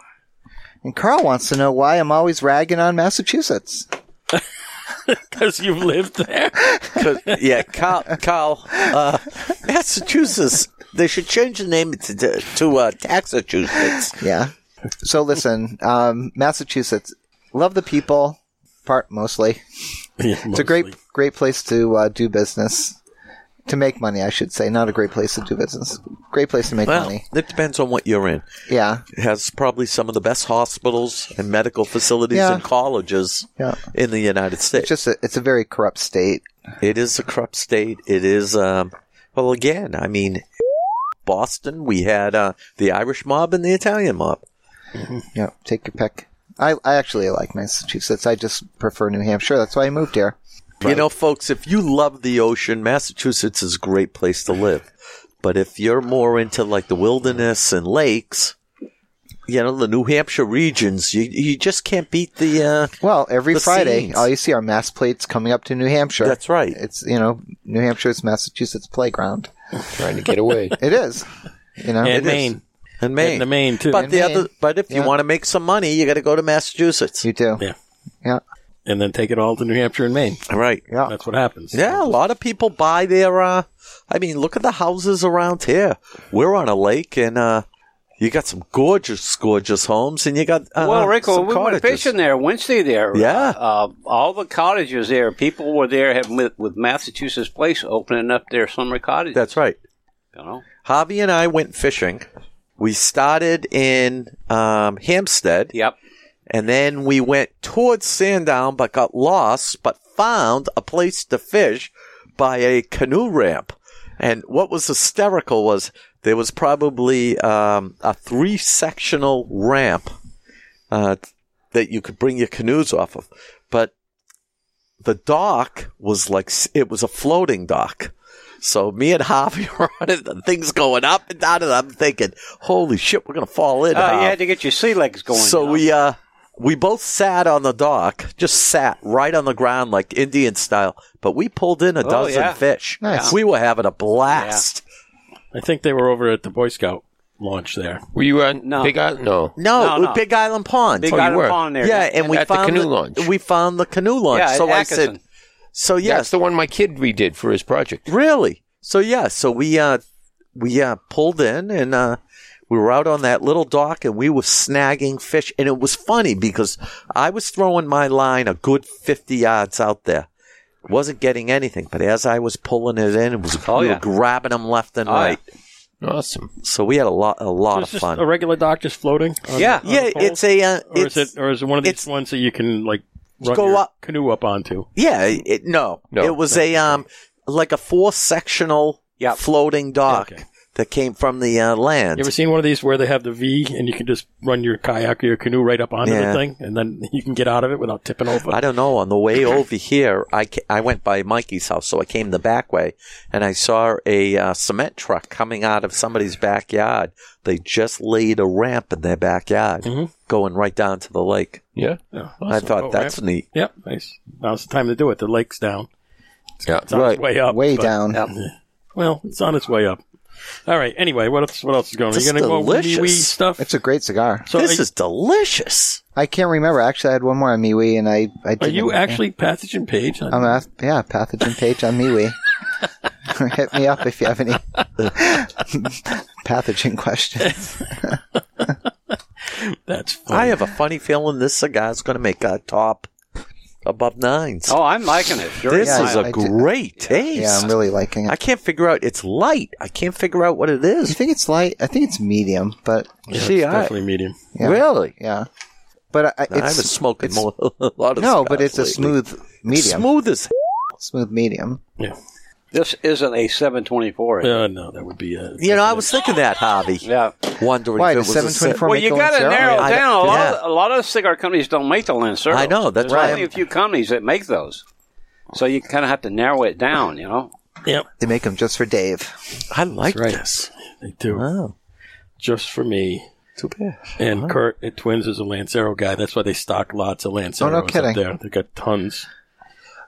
[SPEAKER 3] And Carl wants to know why I'm always ragging on Massachusetts.
[SPEAKER 1] Because you've lived there.
[SPEAKER 2] 'Cause- yeah, Carl, Carl uh, Massachusetts. They should change the name to to, to uh, Taxachusetts.
[SPEAKER 3] Yeah. So listen, um, Massachusetts, love the people, part mostly. It's a great, great place to uh, do business, to make money, I should say. Not a great place to do business. Great place to make
[SPEAKER 2] Well,
[SPEAKER 3] money.
[SPEAKER 2] it depends on what you're in.
[SPEAKER 3] Yeah.
[SPEAKER 2] It has probably some of the best hospitals and medical facilities
[SPEAKER 3] Yeah.
[SPEAKER 2] and colleges
[SPEAKER 3] Yeah.
[SPEAKER 2] in the United States.
[SPEAKER 3] It's just a, it's a very corrupt state.
[SPEAKER 2] It is a corrupt state. It is, um, well, again, I mean, Boston, we had uh, the Irish mob and the Italian mob.
[SPEAKER 3] Yeah, take your pick. I, I actually like Massachusetts. I just prefer New Hampshire. That's why I moved here.
[SPEAKER 2] You know, folks, if you love the ocean, Massachusetts is a great place to live. But if you're more into like the wilderness and lakes, you know, the New Hampshire regions, you, you just can't beat the, uh,
[SPEAKER 3] Well, every
[SPEAKER 2] The
[SPEAKER 3] Friday,
[SPEAKER 2] scenes.
[SPEAKER 3] all you see are mass plates coming up to New Hampshire.
[SPEAKER 2] That's right.
[SPEAKER 3] It's you know New Hampshire's Massachusetts playground.
[SPEAKER 5] trying to get away.
[SPEAKER 3] It is. You know,
[SPEAKER 1] And
[SPEAKER 3] it is.
[SPEAKER 1] Maine.
[SPEAKER 2] and Maine.
[SPEAKER 1] And the Maine too.
[SPEAKER 2] But the
[SPEAKER 3] Maine.
[SPEAKER 2] other, but if you
[SPEAKER 3] Yeah.
[SPEAKER 2] want to make some money, you got to go to Massachusetts.
[SPEAKER 3] You do.
[SPEAKER 1] Yeah.
[SPEAKER 3] Yeah.
[SPEAKER 1] and then take it all to New Hampshire and Maine.
[SPEAKER 2] Right.
[SPEAKER 3] Yeah.
[SPEAKER 1] That's what happens.
[SPEAKER 2] Yeah, a lot of people buy their. Uh, I mean, look at the houses around here. We're on a lake, and uh, you got some gorgeous, gorgeous homes, and you got uh,
[SPEAKER 4] well, Rico,
[SPEAKER 2] some
[SPEAKER 4] we went
[SPEAKER 2] cottages.
[SPEAKER 4] fishing there Wednesday. There,
[SPEAKER 2] Yeah.
[SPEAKER 4] Uh, uh, all the cottages there. People were there have, with, with Massachusetts Place opening up their summer cottages.
[SPEAKER 2] That's right.
[SPEAKER 4] you know.
[SPEAKER 2] Javi and I went fishing. We started in um, Hampstead,
[SPEAKER 4] Yep.
[SPEAKER 2] and then we went towards Sandown, but got lost, but found a place to fish by a canoe ramp. And what was hysterical was there was probably um, a three sectional ramp uh, that you could bring your canoes off of. But the dock was like, s- it was a floating dock. So me and Harvey were on it, the thing's going up and down, and I'm thinking, holy shit, we're going to fall in.
[SPEAKER 4] Uh,
[SPEAKER 2] Harv."
[SPEAKER 4] you had to get your sea legs going.
[SPEAKER 2] So
[SPEAKER 4] you know.
[SPEAKER 2] we uh we both sat on the dock, just sat right on the ground like Indian style, but we pulled in a dozen
[SPEAKER 4] Oh, yeah.
[SPEAKER 2] fish.
[SPEAKER 3] Nice.
[SPEAKER 2] We were having a blast.
[SPEAKER 1] I think they were over at the Boy Scout launch there.
[SPEAKER 5] Were you on
[SPEAKER 4] No.
[SPEAKER 5] Big Island? No.
[SPEAKER 2] No,
[SPEAKER 4] No,
[SPEAKER 2] we-
[SPEAKER 4] no.
[SPEAKER 2] Big Island Pond.
[SPEAKER 4] Big
[SPEAKER 5] Oh, you
[SPEAKER 4] Island
[SPEAKER 5] were.
[SPEAKER 4] Pond there.
[SPEAKER 2] yeah, and we
[SPEAKER 5] At the
[SPEAKER 2] found
[SPEAKER 5] canoe launch.
[SPEAKER 2] We found the canoe launch.
[SPEAKER 4] Yeah,
[SPEAKER 2] so
[SPEAKER 4] at
[SPEAKER 2] I
[SPEAKER 4] Atkinson.
[SPEAKER 2] said, so
[SPEAKER 5] That's
[SPEAKER 2] yes,
[SPEAKER 5] the one my kid redid for his project.
[SPEAKER 2] really. So yeah, so we uh we uh pulled in and uh we were out on that little dock and we were snagging fish and it was funny because I was throwing my line a good 50 yards out there. wasn't getting anything, but as I was pulling it in, it was
[SPEAKER 4] Oh,
[SPEAKER 2] we
[SPEAKER 4] yeah.
[SPEAKER 2] were grabbing them left and
[SPEAKER 4] Oh,
[SPEAKER 2] right.
[SPEAKER 5] Awesome.
[SPEAKER 2] So we had a lot, a lot
[SPEAKER 1] It's
[SPEAKER 2] of
[SPEAKER 1] just
[SPEAKER 2] fun.
[SPEAKER 1] a regular dock just floating. on-
[SPEAKER 4] Yeah.
[SPEAKER 1] on the
[SPEAKER 2] yeah,
[SPEAKER 1] pole?
[SPEAKER 2] it's a, uh,
[SPEAKER 1] or
[SPEAKER 2] it's,
[SPEAKER 1] is it or is it one of these
[SPEAKER 2] it's-
[SPEAKER 1] ones that you can like run
[SPEAKER 2] Go
[SPEAKER 1] your
[SPEAKER 2] up.
[SPEAKER 1] canoe up onto?
[SPEAKER 2] yeah, it, no,
[SPEAKER 5] No,
[SPEAKER 2] it was a um, like a four sectional
[SPEAKER 4] Yep.
[SPEAKER 2] floating dock
[SPEAKER 1] okay.
[SPEAKER 2] that came from the uh, land.
[SPEAKER 1] You ever seen one of these where they have the V and you can just run your kayak or your canoe right up onto
[SPEAKER 2] Yeah.
[SPEAKER 1] the thing and then you can get out of it without tipping over?
[SPEAKER 2] I don't know. On the way over here, I, ca- I went by Mikey's house, so I came the back way, and I saw a uh, cement truck coming out of somebody's backyard. They just laid a ramp in their backyard,
[SPEAKER 3] Mm-hmm.
[SPEAKER 2] going right down to the lake.
[SPEAKER 5] Yeah.
[SPEAKER 1] Yeah.
[SPEAKER 2] I
[SPEAKER 1] Awesome.
[SPEAKER 2] thought
[SPEAKER 1] Oh,
[SPEAKER 2] that's
[SPEAKER 1] right.
[SPEAKER 2] neat.
[SPEAKER 1] Yep, nice. Now's the time to do it. The lake's down.
[SPEAKER 5] Yeah.
[SPEAKER 1] It's on its
[SPEAKER 2] Right.
[SPEAKER 1] way up.
[SPEAKER 3] Way
[SPEAKER 1] but-
[SPEAKER 3] down.
[SPEAKER 4] Yep.
[SPEAKER 1] Well, it's on its way up. All right. Anyway, what else? What else is going on?
[SPEAKER 2] This
[SPEAKER 1] You gonna
[SPEAKER 2] is
[SPEAKER 1] go wee wee
[SPEAKER 2] delicious.
[SPEAKER 1] stuff?
[SPEAKER 3] It's a great cigar.
[SPEAKER 1] so
[SPEAKER 2] this
[SPEAKER 1] are,
[SPEAKER 2] is delicious.
[SPEAKER 3] I can't remember. Actually, I had one more on MeWe, and I I
[SPEAKER 1] are
[SPEAKER 3] didn't.
[SPEAKER 1] you actually pathogen page?
[SPEAKER 3] I'm a, yeah pathogen page on MeWe. Hit me up if you have any pathogen questions.
[SPEAKER 1] That's
[SPEAKER 3] Oh,
[SPEAKER 1] funny.
[SPEAKER 2] I have a funny feeling this cigar's going to make a top above nines.
[SPEAKER 4] Oh, I'm liking it. Sure
[SPEAKER 2] this
[SPEAKER 3] yeah,
[SPEAKER 2] is
[SPEAKER 3] I-
[SPEAKER 2] a
[SPEAKER 3] I do-
[SPEAKER 2] great taste.
[SPEAKER 3] Yeah, I'm really liking
[SPEAKER 2] I
[SPEAKER 3] it.
[SPEAKER 2] can't figure out. It's light. I can't figure out what it
[SPEAKER 3] I
[SPEAKER 2] is.
[SPEAKER 3] think it's light. I think it's medium, but
[SPEAKER 1] Yeah,
[SPEAKER 2] See,
[SPEAKER 1] it's
[SPEAKER 2] I-
[SPEAKER 1] definitely medium.
[SPEAKER 3] yeah,
[SPEAKER 2] Really?
[SPEAKER 3] yeah. But I, I-
[SPEAKER 2] I
[SPEAKER 3] it's
[SPEAKER 2] was smoking
[SPEAKER 3] it's-
[SPEAKER 2] more, a lot of
[SPEAKER 3] no, but
[SPEAKER 2] cigars
[SPEAKER 3] it's a
[SPEAKER 2] lately.
[SPEAKER 3] smooth medium.
[SPEAKER 2] Smooth as
[SPEAKER 3] Smooth medium.
[SPEAKER 1] Yeah.
[SPEAKER 4] This isn't a 724. Yeah.
[SPEAKER 1] Uh, no, that would be. Uh,
[SPEAKER 2] You know, I was thinking that, Harvey. Wondering
[SPEAKER 3] Why
[SPEAKER 2] if it
[SPEAKER 3] does
[SPEAKER 2] was a
[SPEAKER 3] seven twenty
[SPEAKER 2] cig-
[SPEAKER 3] four
[SPEAKER 4] Well,
[SPEAKER 3] make
[SPEAKER 4] you
[SPEAKER 3] the
[SPEAKER 4] got to
[SPEAKER 3] Lancero?
[SPEAKER 4] narrow
[SPEAKER 2] I-
[SPEAKER 4] it down. A lot,
[SPEAKER 2] yeah.
[SPEAKER 4] of, a lot of cigar companies don't make the Lancero.
[SPEAKER 2] I know, that's
[SPEAKER 4] There's
[SPEAKER 2] right.
[SPEAKER 4] only a few companies that make those. So you kind of have to narrow it down, you know?
[SPEAKER 1] yeah,
[SPEAKER 3] They make them just for Dave.
[SPEAKER 2] I like
[SPEAKER 1] That's right.
[SPEAKER 2] this.
[SPEAKER 1] they do.
[SPEAKER 2] Oh,
[SPEAKER 1] Just for me.
[SPEAKER 2] too bad.
[SPEAKER 1] And Kurt at Twins is a Lancero guy. That's why they stock lots of Lanceros
[SPEAKER 3] no
[SPEAKER 1] up
[SPEAKER 3] kidding.
[SPEAKER 1] there. They got tons.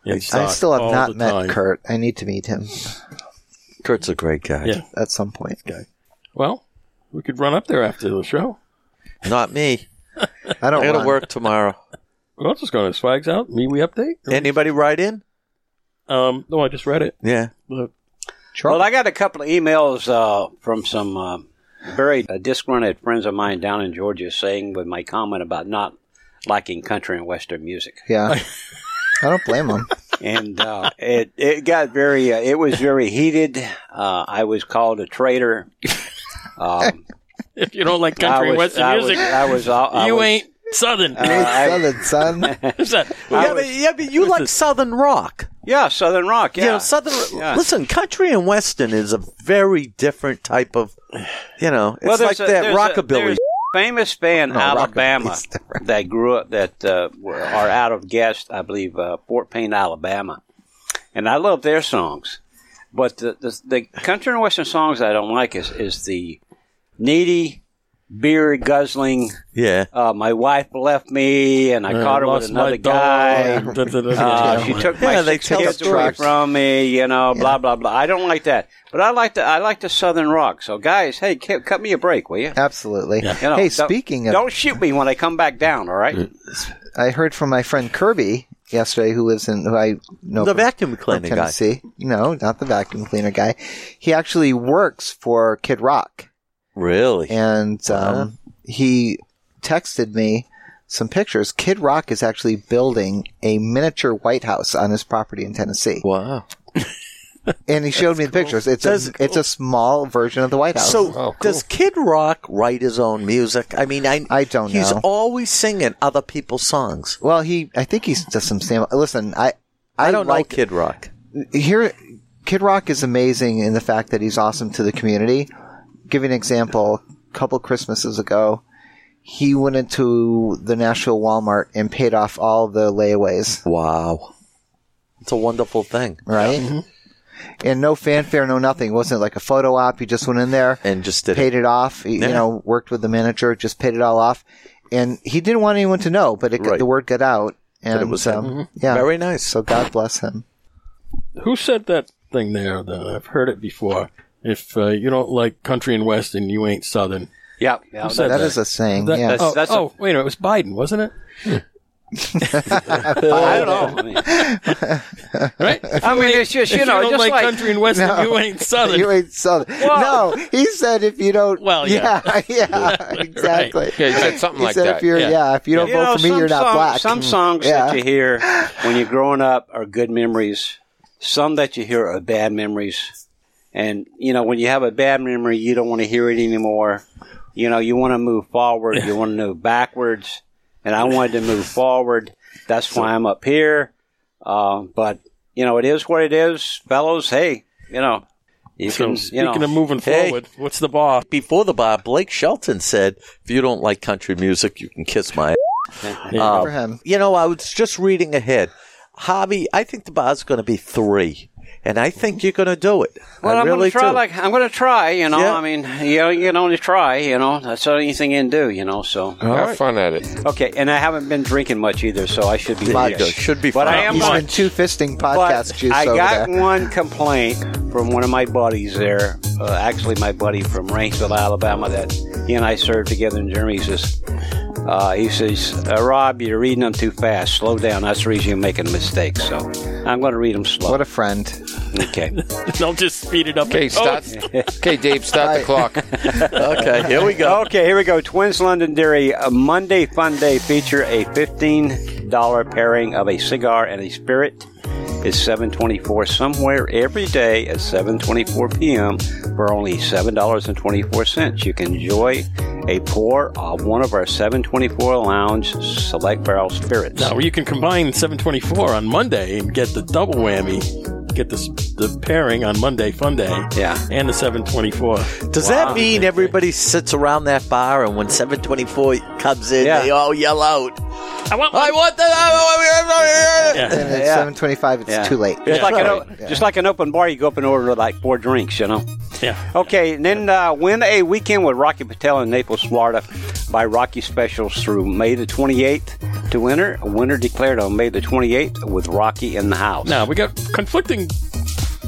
[SPEAKER 1] in
[SPEAKER 3] I
[SPEAKER 1] stock
[SPEAKER 3] still have
[SPEAKER 1] all
[SPEAKER 3] not
[SPEAKER 1] the
[SPEAKER 3] met
[SPEAKER 1] time.
[SPEAKER 3] Kurt. I need to meet him
[SPEAKER 2] Kurt's a great guy.
[SPEAKER 1] Yeah.
[SPEAKER 3] at some point.
[SPEAKER 1] Well, we could run up there after the show.
[SPEAKER 2] Not me.
[SPEAKER 3] I don't
[SPEAKER 2] I got
[SPEAKER 3] want
[SPEAKER 2] to work tomorrow.
[SPEAKER 1] Well, just going to Swags Out, MeWe Update.
[SPEAKER 2] Anybody write in?
[SPEAKER 1] Um, no, I just read it.
[SPEAKER 2] Yeah.
[SPEAKER 1] Look,
[SPEAKER 4] Well, I got a couple of emails uh, from some uh, very uh, disgruntled friends of mine down in Georgia saying with my comment about not liking country and western music.
[SPEAKER 3] Yeah. I don't blame him.
[SPEAKER 4] and uh, it it got very uh, it was very heated. Uh, I was called a traitor. Um,
[SPEAKER 1] If you don't like
[SPEAKER 4] I
[SPEAKER 1] country and
[SPEAKER 4] was-
[SPEAKER 1] Western
[SPEAKER 4] I
[SPEAKER 1] music,
[SPEAKER 4] was, I was, all- I
[SPEAKER 1] you
[SPEAKER 4] was-
[SPEAKER 1] ain't Southern.
[SPEAKER 4] Uh,
[SPEAKER 3] Hey, Southern son.
[SPEAKER 1] What's that?
[SPEAKER 2] Yeah, but, yeah, but you like Southern rock.
[SPEAKER 4] Yeah, Southern rock. Yeah,
[SPEAKER 2] You know, Southern.
[SPEAKER 4] Yeah.
[SPEAKER 2] Listen, country and Western is a very different type of, you know, it's
[SPEAKER 4] Well,
[SPEAKER 2] like
[SPEAKER 4] there's a-
[SPEAKER 2] that
[SPEAKER 4] there's a-
[SPEAKER 2] rockabilly. Oh,
[SPEAKER 4] there's a famous fan in Alabama
[SPEAKER 3] rockabilly's different.
[SPEAKER 4] that grew up that uh, were- are out of guest, I believe, uh, Fort Payne, Alabama, and I love their songs. But the, the the country and western songs I don't like is is the needy, beer guzzling.
[SPEAKER 2] yeah.
[SPEAKER 4] Uh, my wife left me, and I caught her with
[SPEAKER 1] Uh, Lost my
[SPEAKER 4] another
[SPEAKER 1] dog.
[SPEAKER 4] guy.
[SPEAKER 1] Da, da, da,
[SPEAKER 4] Uh,
[SPEAKER 1] da.
[SPEAKER 4] she took my
[SPEAKER 2] Yeah, they
[SPEAKER 4] six
[SPEAKER 2] tell
[SPEAKER 4] kids away
[SPEAKER 2] stories.
[SPEAKER 4] from me, you know, blah blah blah. I don't like that, but I like the I like the Southern rock. So guys, hey, c- cut me a break, will you?
[SPEAKER 3] Absolutely.
[SPEAKER 4] You know,
[SPEAKER 3] hey,
[SPEAKER 4] don't-
[SPEAKER 3] speaking of,
[SPEAKER 4] don't shoot me when I come back down. All right,
[SPEAKER 3] I heard from my friend Kirby yesterday, who lives in who I know
[SPEAKER 2] the
[SPEAKER 3] from-
[SPEAKER 2] vacuum
[SPEAKER 3] from
[SPEAKER 2] cleaner guy.
[SPEAKER 3] Tennessee. No, not the vacuum cleaner guy. He actually works for Kid Rock,
[SPEAKER 2] Really?
[SPEAKER 3] and
[SPEAKER 2] Uh-huh.
[SPEAKER 3] um, he texted me some pictures. Kid Rock is actually building a miniature White House on his property in Tennessee,
[SPEAKER 2] Wow.
[SPEAKER 3] and he showed me the pictures. It's
[SPEAKER 2] That's
[SPEAKER 3] a it's a small version of the White House.
[SPEAKER 2] So does Kid Rock write his own music? I mean, I
[SPEAKER 3] I don't
[SPEAKER 2] He's
[SPEAKER 3] know.
[SPEAKER 2] always singing other people's songs.
[SPEAKER 3] well, he I think he's just some Sam. Listen, I I,
[SPEAKER 2] I don't
[SPEAKER 3] like
[SPEAKER 2] know Kid Rock.
[SPEAKER 3] here Kid Rock is amazing in the fact that he's awesome to the community. Give you an example, a couple Christmases ago, he went into the Nashville Walmart and paid off all the layaways,
[SPEAKER 2] Wow, it's a wonderful thing.
[SPEAKER 3] right? And no fanfare, no nothing. It wasn't like a photo op. He just went in there,
[SPEAKER 2] And just did
[SPEAKER 3] paid
[SPEAKER 2] it.
[SPEAKER 3] it off, you
[SPEAKER 2] Yeah.
[SPEAKER 3] know, worked with the manager, just paid it all off. And he didn't want anyone to know, but it, got
[SPEAKER 2] Right.
[SPEAKER 3] the word got out. And
[SPEAKER 2] was
[SPEAKER 3] um,
[SPEAKER 2] him.
[SPEAKER 3] yeah.
[SPEAKER 2] Very nice.
[SPEAKER 3] So God bless him.
[SPEAKER 1] Who said that thing there? Though I've heard it before. If uh, you don't like country and western, you ain't Southern.
[SPEAKER 4] yeah, yeah.
[SPEAKER 1] said
[SPEAKER 3] That
[SPEAKER 1] Okay.
[SPEAKER 3] is a saying.
[SPEAKER 1] That-
[SPEAKER 3] yeah.
[SPEAKER 1] oh,
[SPEAKER 4] that's a-
[SPEAKER 1] oh, wait a minute. It was Biden, wasn't it?
[SPEAKER 4] I don't know. I mean,
[SPEAKER 1] Right?
[SPEAKER 4] I mean, it's just
[SPEAKER 1] if
[SPEAKER 4] you
[SPEAKER 1] you
[SPEAKER 4] know,
[SPEAKER 1] don't
[SPEAKER 4] just
[SPEAKER 1] like,
[SPEAKER 4] like,
[SPEAKER 1] country and western, you ain't Southern.
[SPEAKER 3] You ain't Southern. No, he said if you don't.
[SPEAKER 1] Well,
[SPEAKER 3] yeah, yeah, exactly.
[SPEAKER 5] Yeah, you said something
[SPEAKER 3] He
[SPEAKER 5] like
[SPEAKER 3] said
[SPEAKER 5] that.
[SPEAKER 3] if you're, yeah.
[SPEAKER 1] yeah.
[SPEAKER 3] if you don't
[SPEAKER 4] you
[SPEAKER 3] vote
[SPEAKER 4] know,
[SPEAKER 3] for me,
[SPEAKER 4] some
[SPEAKER 3] you're not
[SPEAKER 4] songs-
[SPEAKER 3] black. Mm.
[SPEAKER 4] Some songs
[SPEAKER 3] yeah.
[SPEAKER 4] that you hear when you're growing up are good memories. Some that you hear are bad memories. And you know, when you have a bad memory, you don't want to hear it anymore. You know, you want to move forward. You want to move backwards. And I wanted to move forward. That's why I'm up here. Uh, but you know, it is what it is, fellows. Hey, you know, you
[SPEAKER 1] So,
[SPEAKER 4] can, you
[SPEAKER 1] speaking
[SPEAKER 4] know,
[SPEAKER 1] of moving
[SPEAKER 2] Hey.
[SPEAKER 1] forward, what's the bar?
[SPEAKER 2] Before the bar, Blake Shelton said, "If you don't like country music, you can kiss my." a-"
[SPEAKER 3] Good for him.
[SPEAKER 2] You know, I was just reading ahead. Hobby, I think the bar's going to be three, and I think you're going to do it.
[SPEAKER 4] Well,
[SPEAKER 2] I
[SPEAKER 4] I'm
[SPEAKER 2] really
[SPEAKER 4] gonna try.
[SPEAKER 2] do.
[SPEAKER 4] Like I'm gonna try. You know,
[SPEAKER 2] Yeah.
[SPEAKER 4] I mean, you know, you can only try. You know, that's the only thing you can do. You know, so
[SPEAKER 5] Have fun at it.
[SPEAKER 4] okay. And I haven't been drinking much either, so I should be.
[SPEAKER 2] There you
[SPEAKER 4] fine.
[SPEAKER 2] go. Should be
[SPEAKER 4] But
[SPEAKER 2] fun.
[SPEAKER 4] I am
[SPEAKER 3] He's
[SPEAKER 4] on.
[SPEAKER 3] been two fisting podcast
[SPEAKER 4] But
[SPEAKER 3] juice
[SPEAKER 4] I
[SPEAKER 3] over
[SPEAKER 4] got
[SPEAKER 3] there.
[SPEAKER 4] one complaint from one of my buddies there. Uh, actually, my buddy from Ranksville, Alabama, that he and I served together in Germany. He says, uh, he says, uh, Rob, you're reading them too fast. Slow down. That's the reason you're making a mistake. So I'm going to read them slow.
[SPEAKER 3] What a friend.
[SPEAKER 4] Okay.
[SPEAKER 1] They'll just speed it up.
[SPEAKER 5] Okay, start. okay, Dave, start the clock.
[SPEAKER 2] Okay, here we go.
[SPEAKER 4] Okay, here we go. Twins Londonderry a Monday Fun Day feature a fifteen dollar pairing of a cigar and a spirit. It's seven twenty four somewhere every day at seven twenty four p.m. for only seven dollars and twenty four cents. You can enjoy a pour of one of our seven twenty four lounge select barrel spirits.
[SPEAKER 1] Now you can combine 724 on Monday and get the double whammy. Get the the pairing on Monday Fun Day.
[SPEAKER 4] Yeah.
[SPEAKER 1] And the 724.
[SPEAKER 2] Does
[SPEAKER 4] Wow.
[SPEAKER 2] that mean everybody sits around that bar and when 724 comes in,
[SPEAKER 4] Yeah.
[SPEAKER 2] they all yell out,
[SPEAKER 1] I want
[SPEAKER 2] I want the. I want-
[SPEAKER 1] Yeah.
[SPEAKER 3] And at
[SPEAKER 4] Yeah.
[SPEAKER 3] 725, it's
[SPEAKER 4] Yeah.
[SPEAKER 3] too late.
[SPEAKER 4] Just like, an, o-
[SPEAKER 3] Right. Yeah.
[SPEAKER 4] just like an open bar, you go up and order like four drinks, you know?
[SPEAKER 1] Yeah.
[SPEAKER 4] Okay, and then uh, win a weekend with Rocky Patel in Naples, Florida by Rocky Specials through May the 28th to winner. A winner declared on May the 28th with Rocky in the house.
[SPEAKER 1] Now we got conflicting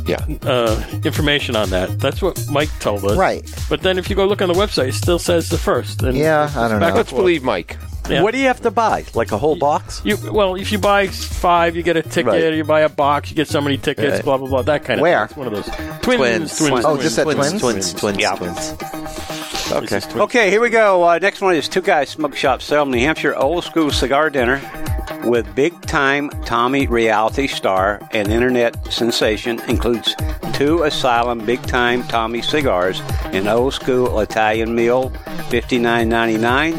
[SPEAKER 5] Yeah.
[SPEAKER 1] uh, information on that. That's what Mike told us.
[SPEAKER 3] Right.
[SPEAKER 1] But then if you go look on the website, it still says the first. And
[SPEAKER 3] Yeah, I
[SPEAKER 1] back
[SPEAKER 3] don't know.
[SPEAKER 1] and
[SPEAKER 5] Let's
[SPEAKER 1] forth.
[SPEAKER 5] believe Mike.
[SPEAKER 1] Yeah.
[SPEAKER 2] What do you have to buy? Like a whole box?
[SPEAKER 1] You, well, if you buy five, you get a ticket.
[SPEAKER 2] Right.
[SPEAKER 1] You buy a box, you get so many tickets.
[SPEAKER 2] Right.
[SPEAKER 1] Blah blah blah. That kind of Thing.
[SPEAKER 3] Where?
[SPEAKER 1] It's one of those twins. Twins.
[SPEAKER 2] Twins.
[SPEAKER 3] Oh, just at
[SPEAKER 2] Twins,
[SPEAKER 3] Twins?
[SPEAKER 2] twins, twins,
[SPEAKER 4] Yeah.
[SPEAKER 2] twins.
[SPEAKER 1] This is twins.
[SPEAKER 4] Okay, here we go. Uh, next one is Two Guys Smoke Shop, Salem, New Hampshire, old school cigar dinner with big time Tommy reality star and internet sensation. Includes two Asylum big time Tommy cigars, an old school Italian meal, fifty nine ninety nine.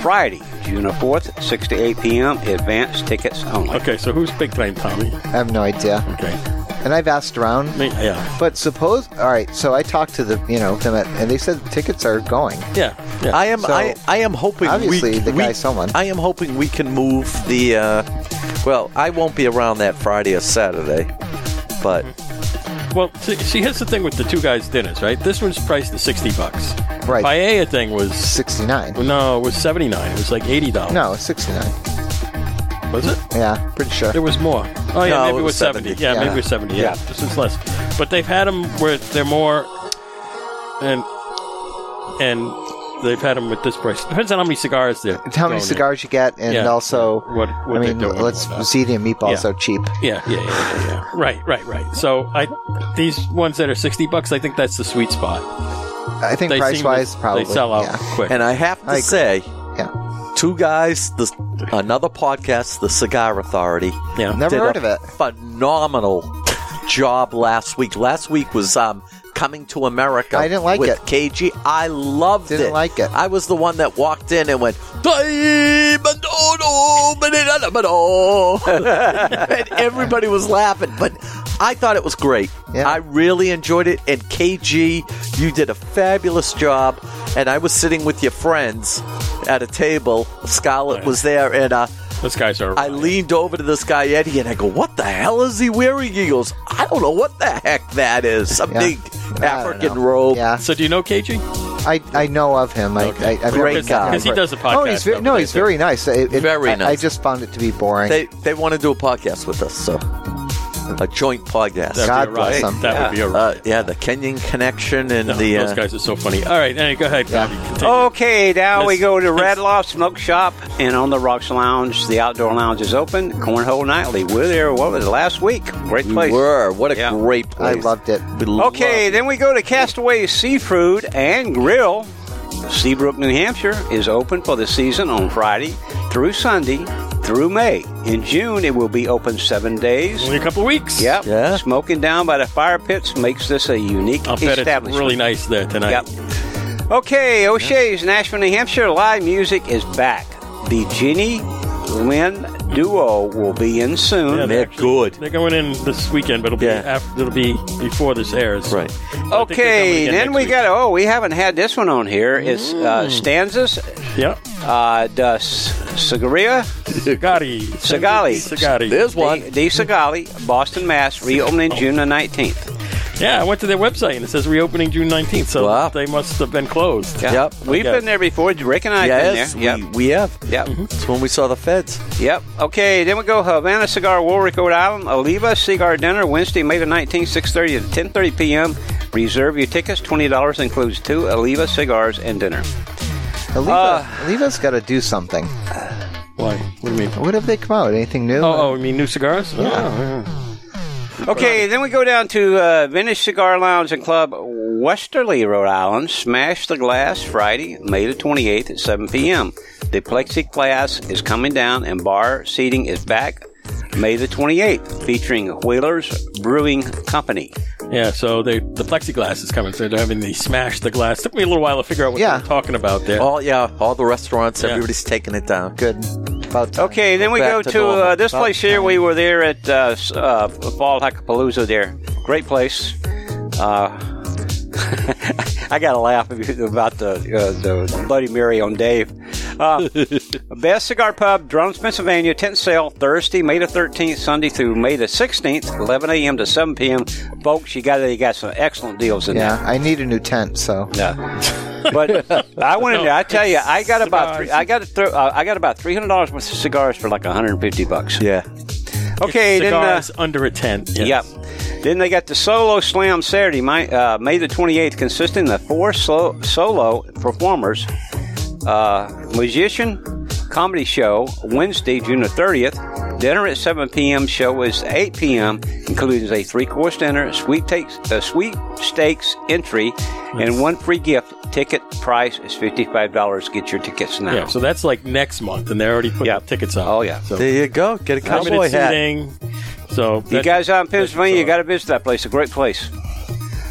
[SPEAKER 4] Friday, June the fourth, six to eight p.m. Advance tickets only.
[SPEAKER 1] Okay. So who's big time Tommy?
[SPEAKER 3] I have no idea.
[SPEAKER 1] Okay.
[SPEAKER 3] And I've asked around.
[SPEAKER 1] I mean, yeah.
[SPEAKER 3] But suppose, all right. So I talked to the, you know, them at, and they said the tickets are going.
[SPEAKER 1] Yeah. Yeah.
[SPEAKER 2] I am.
[SPEAKER 3] So,
[SPEAKER 2] I, I am hoping.
[SPEAKER 3] obviously
[SPEAKER 2] we,
[SPEAKER 3] the
[SPEAKER 2] we-
[SPEAKER 3] guy's someone.
[SPEAKER 2] I am hoping we can move the. Uh, well, I won't be around that Friday or Saturday, but
[SPEAKER 1] Well, see, see, here's the thing with the two guys' dinners, right? This one's priced at sixty bucks.
[SPEAKER 3] Right.
[SPEAKER 1] Paella thing was
[SPEAKER 3] Sixty nine.
[SPEAKER 1] no, it was seventy nine. It was like eighty dollars.
[SPEAKER 3] No, sixty nine.
[SPEAKER 1] was it?
[SPEAKER 3] Yeah, pretty sure.
[SPEAKER 1] There was more. Oh yeah,
[SPEAKER 2] No,
[SPEAKER 1] maybe
[SPEAKER 2] it
[SPEAKER 1] it
[SPEAKER 2] was
[SPEAKER 1] was 70.
[SPEAKER 2] 70.
[SPEAKER 1] Yeah, maybe
[SPEAKER 3] Yeah.
[SPEAKER 1] it was 70. Yeah, this is less. But they've had them where they're more, and and they've had them with this price. Depends on how many cigars there.
[SPEAKER 3] It's how many cigars you get, and
[SPEAKER 1] Yeah.
[SPEAKER 3] also,
[SPEAKER 1] What- what
[SPEAKER 3] I
[SPEAKER 1] they
[SPEAKER 3] mean,
[SPEAKER 1] do and
[SPEAKER 3] let's
[SPEAKER 1] whatnot.
[SPEAKER 3] ziti and meatballs
[SPEAKER 1] Yeah.
[SPEAKER 3] are cheap.
[SPEAKER 1] Yeah, yeah, yeah, yeah, yeah. Right, right, right. So I these ones that are 60 bucks, I think that's the sweet spot.
[SPEAKER 3] I think
[SPEAKER 1] They seem
[SPEAKER 3] price
[SPEAKER 1] to-
[SPEAKER 3] wise, probably
[SPEAKER 1] they sell out
[SPEAKER 3] Yeah.
[SPEAKER 1] quick.
[SPEAKER 2] and I have to
[SPEAKER 3] I agree.
[SPEAKER 2] say,
[SPEAKER 3] yeah.
[SPEAKER 2] two guys, the another podcast, the Cigar Authority,
[SPEAKER 1] yeah.
[SPEAKER 3] Never
[SPEAKER 2] did
[SPEAKER 3] heard
[SPEAKER 2] a
[SPEAKER 3] of it.
[SPEAKER 2] phenomenal job last week. Last week was um, Coming to America.
[SPEAKER 3] I didn't like
[SPEAKER 2] with
[SPEAKER 3] it.
[SPEAKER 2] KG, I loved it.
[SPEAKER 3] Didn't like it.
[SPEAKER 2] I was the one that walked in and went, oh, "Diamond-o-do-ba-di-da-da-ba-do." oh, and everybody was laughing. But I thought it was great.
[SPEAKER 3] Yeah.
[SPEAKER 2] I really enjoyed it. And KG, you did a fabulous job. And I was sitting with your friends at a table. Scarlett was there, and uh,
[SPEAKER 1] Those guys are.
[SPEAKER 2] I leaned over to this guy Eddie and I go, "What the hell is he wearing?" He goes, "I don't know what the heck that is. Some
[SPEAKER 3] Yeah.
[SPEAKER 2] big
[SPEAKER 3] I don't
[SPEAKER 2] African
[SPEAKER 3] know.
[SPEAKER 2] robe."
[SPEAKER 3] Yeah,
[SPEAKER 1] so do you know KG?
[SPEAKER 3] I, I know of him. I, I, I've
[SPEAKER 2] Great
[SPEAKER 3] never-
[SPEAKER 2] guy.
[SPEAKER 1] Because he does the podcast.
[SPEAKER 3] Oh, he's very,
[SPEAKER 1] over
[SPEAKER 3] no,
[SPEAKER 1] there,
[SPEAKER 3] he's
[SPEAKER 1] too.
[SPEAKER 3] very nice. It- it-
[SPEAKER 2] Very
[SPEAKER 3] I- I
[SPEAKER 2] nice.
[SPEAKER 3] just found it to be boring.
[SPEAKER 2] They they want to do a podcast with us, so a joint
[SPEAKER 1] That'd
[SPEAKER 2] podcast.
[SPEAKER 1] be
[SPEAKER 3] God
[SPEAKER 1] a riot.
[SPEAKER 3] bless him.
[SPEAKER 1] That would be a riot.
[SPEAKER 2] Uh, yeah, the Kenyan connection and
[SPEAKER 1] No,
[SPEAKER 2] the
[SPEAKER 1] those
[SPEAKER 2] uh, Oh.
[SPEAKER 1] guys are so funny. All right, anyway, go ahead. Bobby, continue.
[SPEAKER 4] Okay, now we
[SPEAKER 1] Let's-
[SPEAKER 4] go to Red Loft Smoke Shop and on the Rocks Lounge. The outdoor lounge is open. Cornhole nightly. We're there. What was it last week? Great
[SPEAKER 2] we
[SPEAKER 4] place.
[SPEAKER 2] were. What a
[SPEAKER 4] Yeah.
[SPEAKER 2] great
[SPEAKER 3] I
[SPEAKER 2] place.
[SPEAKER 3] loved it.
[SPEAKER 2] We loved
[SPEAKER 4] Okay, then we go to Castaway Seafood and Grill. Seabrook, New Hampshire is open for the season on Friday through Sunday through May. In June, it will be open seven days.
[SPEAKER 1] Only a couple of weeks.
[SPEAKER 4] Yep.
[SPEAKER 2] Yeah.
[SPEAKER 4] Smoking down by the fire pits makes this a unique
[SPEAKER 1] I'll bet it's
[SPEAKER 4] establishment.
[SPEAKER 1] really nice there tonight.
[SPEAKER 4] Yep. Okay, O'Shea's Nashville, New Hampshire live music is back. The Ginny Lynn duo will be in soon.
[SPEAKER 1] Yeah,
[SPEAKER 2] They're good.
[SPEAKER 1] They're going in this weekend, but it'll be
[SPEAKER 2] Yeah.
[SPEAKER 1] after, it'll be before this airs. I
[SPEAKER 2] Right.
[SPEAKER 1] think they're coming
[SPEAKER 4] okay,
[SPEAKER 1] again
[SPEAKER 4] then
[SPEAKER 1] next
[SPEAKER 4] we
[SPEAKER 1] week. Mm.
[SPEAKER 4] got oh, we haven't had this one on here. It's uh, Stanzas
[SPEAKER 1] Yep.
[SPEAKER 4] uh, da S- Sagaria
[SPEAKER 1] Sagari.
[SPEAKER 4] Sagali.
[SPEAKER 1] Sagari.
[SPEAKER 2] There's one.
[SPEAKER 4] De, De Sagali, Boston, Mass,
[SPEAKER 1] Oh.
[SPEAKER 4] reopening June the nineteenth.
[SPEAKER 1] Yeah, I went to their website and it says reopening June 19th, so
[SPEAKER 2] Wow.
[SPEAKER 1] they must have been closed.
[SPEAKER 2] Yep.
[SPEAKER 4] we've
[SPEAKER 1] Okay.
[SPEAKER 4] been there before. Rick and I
[SPEAKER 2] Yes,
[SPEAKER 4] have been there.
[SPEAKER 2] we,
[SPEAKER 4] Yep,
[SPEAKER 2] we have.
[SPEAKER 4] yep.
[SPEAKER 2] It's when we saw the feds.
[SPEAKER 4] Yep. Okay. Then we go Havana Cigar, Warwick, Rhode Island. Oliva Cigar Dinner, Wednesday, May the 19th, 6.30 to 10.30 p.m. Reserve your tickets. $20 includes two Oliva cigars and dinner.
[SPEAKER 2] uh,
[SPEAKER 3] Aliva, Aliva's got to do something.
[SPEAKER 1] Why? What do you mean?
[SPEAKER 3] What have they come out? Anything new?
[SPEAKER 1] Oh, oh, you mean new cigars? Yeah.
[SPEAKER 4] Okay, then we go down to uh, Venice Cigar Lounge and Club, Westerly, Rhode Island. Smash the Glass Friday, May the 28th at 7 p.m. The plexiglass is coming down and bar seating is back May the 28th, featuring Wheelers Brewing Company.
[SPEAKER 1] Oh. Yeah, so they the plexiglass is coming, so they're having the smash the glass. Took me a little while to figure out what
[SPEAKER 3] Yeah.
[SPEAKER 1] they were talking about there.
[SPEAKER 2] All yeah, all the restaurants,
[SPEAKER 1] Yeah.
[SPEAKER 2] everybody's taking it down.
[SPEAKER 3] Good. About time.
[SPEAKER 4] Okay, then we
[SPEAKER 2] Back
[SPEAKER 4] go
[SPEAKER 2] to
[SPEAKER 4] to
[SPEAKER 2] normal.
[SPEAKER 4] uh, this
[SPEAKER 2] About
[SPEAKER 4] place here. We were there at uh, s- uh, Fall Hackapalooza there. Great place. Uh, I got to laugh about the, uh, the Bloody Mary on Dave. Uh, Best Cigar Pub, Drums, Pennsylvania, tent sale Thursday, May the 13th, Sunday through May the 16th, 11 a.m. to 7 p.m. Folks, you got you got some excellent deals in there.
[SPEAKER 3] Yeah, I need a new tent, so
[SPEAKER 4] Yeah. but I went in there. I tell you, I got about three, I got throw, uh, I got about three hundred dollars worth of cigars for like one hundred and fifty bucks.
[SPEAKER 2] Yeah.
[SPEAKER 4] Okay, then uh,
[SPEAKER 1] Cigars under a tent. Yes.
[SPEAKER 4] Yep. Then they got the Solo Slam Saturday, my, uh, May the 28th, consisting of four solo, solo performers, uh, musician, comedy show, Wednesday, June the 30th. Dinner at 7 p.m. Show is 8 p.m., including a three-course dinner, sweet takes, uh, sweepstakes entry, and one free gift. Ticket price is fifty-five dollars. Get your tickets now.
[SPEAKER 1] Yeah, so that's like next month, and they're already putting
[SPEAKER 4] Yeah.
[SPEAKER 1] the tickets up.
[SPEAKER 4] Oh, yeah.
[SPEAKER 1] so
[SPEAKER 2] There you go. Get a cowboy
[SPEAKER 1] limited
[SPEAKER 2] hat.
[SPEAKER 1] seating. So
[SPEAKER 4] You
[SPEAKER 1] that-
[SPEAKER 4] guys out in Pennsylvania, you got to visit that place. A great place.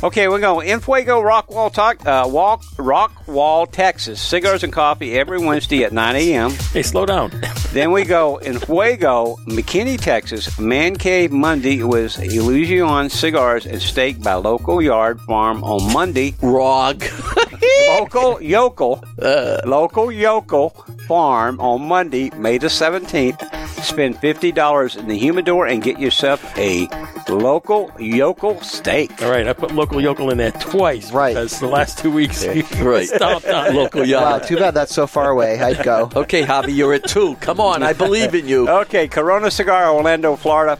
[SPEAKER 4] Okay, we're going in Fuego, Rockwall, talk, uh, walk, Rockwall, Texas. Cigars and coffee every Wednesday at 9 a.m.
[SPEAKER 1] hey, slow down.
[SPEAKER 4] Then we go in Fuego, McKinney, Texas. Man Cave Monday with Illusion Cigars and Steak by Local Yard Farm on Monday.
[SPEAKER 2] Rog.
[SPEAKER 4] Local Yokel, Local Yokel Farm on Monday, May the 17th. Spend $50 in the humidor and get yourself a local yokel steak.
[SPEAKER 1] All right, I put local yokel in there twice.
[SPEAKER 3] Right.
[SPEAKER 1] Because the last two weeks, you
[SPEAKER 2] Right.
[SPEAKER 1] stopped on local.
[SPEAKER 2] Local
[SPEAKER 3] wow,
[SPEAKER 2] yard.
[SPEAKER 3] too bad that's so far away. I'd go.
[SPEAKER 2] Okay, Javi, you're at two. Come on, I believe in you.
[SPEAKER 4] Okay, Corona Cigar, Orlando, Florida.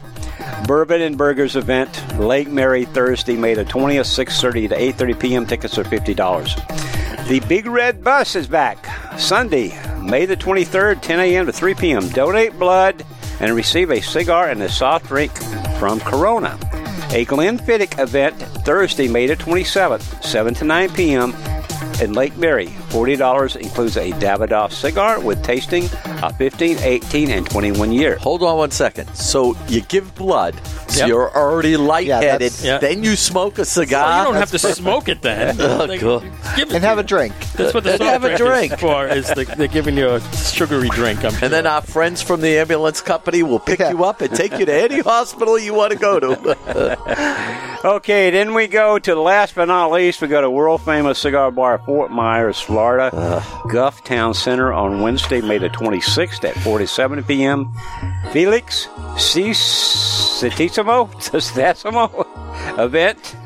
[SPEAKER 4] Bourbon and Burgers event, Lake Mary, Thursday, May the 20th, 6.30 to 8.30 p.m. Tickets are $50. The Big Red Bus is back, Sunday, May the 23rd, 10 a.m. to 3 p.m. Donate blood and receive a cigar and a soft drink from Corona. A Glenfiddich event, Thursday, May the 27th, 7 to 9 p.m in Lake Mary. $40 includes a Davidoff cigar with tasting of 15, 18, and 21 year.
[SPEAKER 2] Hold on one second. So you give blood, so
[SPEAKER 1] Yep.
[SPEAKER 2] you're already lightheaded.
[SPEAKER 1] Yeah.
[SPEAKER 2] Then you smoke a
[SPEAKER 1] Well,
[SPEAKER 2] cigar.
[SPEAKER 1] you don't have to smoke it then.
[SPEAKER 2] Oh,
[SPEAKER 1] Like,
[SPEAKER 2] God.
[SPEAKER 1] give it
[SPEAKER 3] And
[SPEAKER 1] to
[SPEAKER 3] have a
[SPEAKER 1] you.
[SPEAKER 3] drink.
[SPEAKER 1] That's what the
[SPEAKER 2] And
[SPEAKER 1] soft
[SPEAKER 2] have a
[SPEAKER 1] drink is
[SPEAKER 2] drink.
[SPEAKER 1] for. Is the, they're giving you a sugary drink. I'm sure.
[SPEAKER 2] and then our friends from the ambulance company will pick
[SPEAKER 3] Yeah.
[SPEAKER 2] you up and take you to any hospital you want to go to.
[SPEAKER 4] Okay, then we go to last but not least, we go to world famous cigar bar Fort Myers, Florida, Guff Town Center on Wednesday, May the 26th at 47 p.m. Felix C. Citissimo, Citissimo event.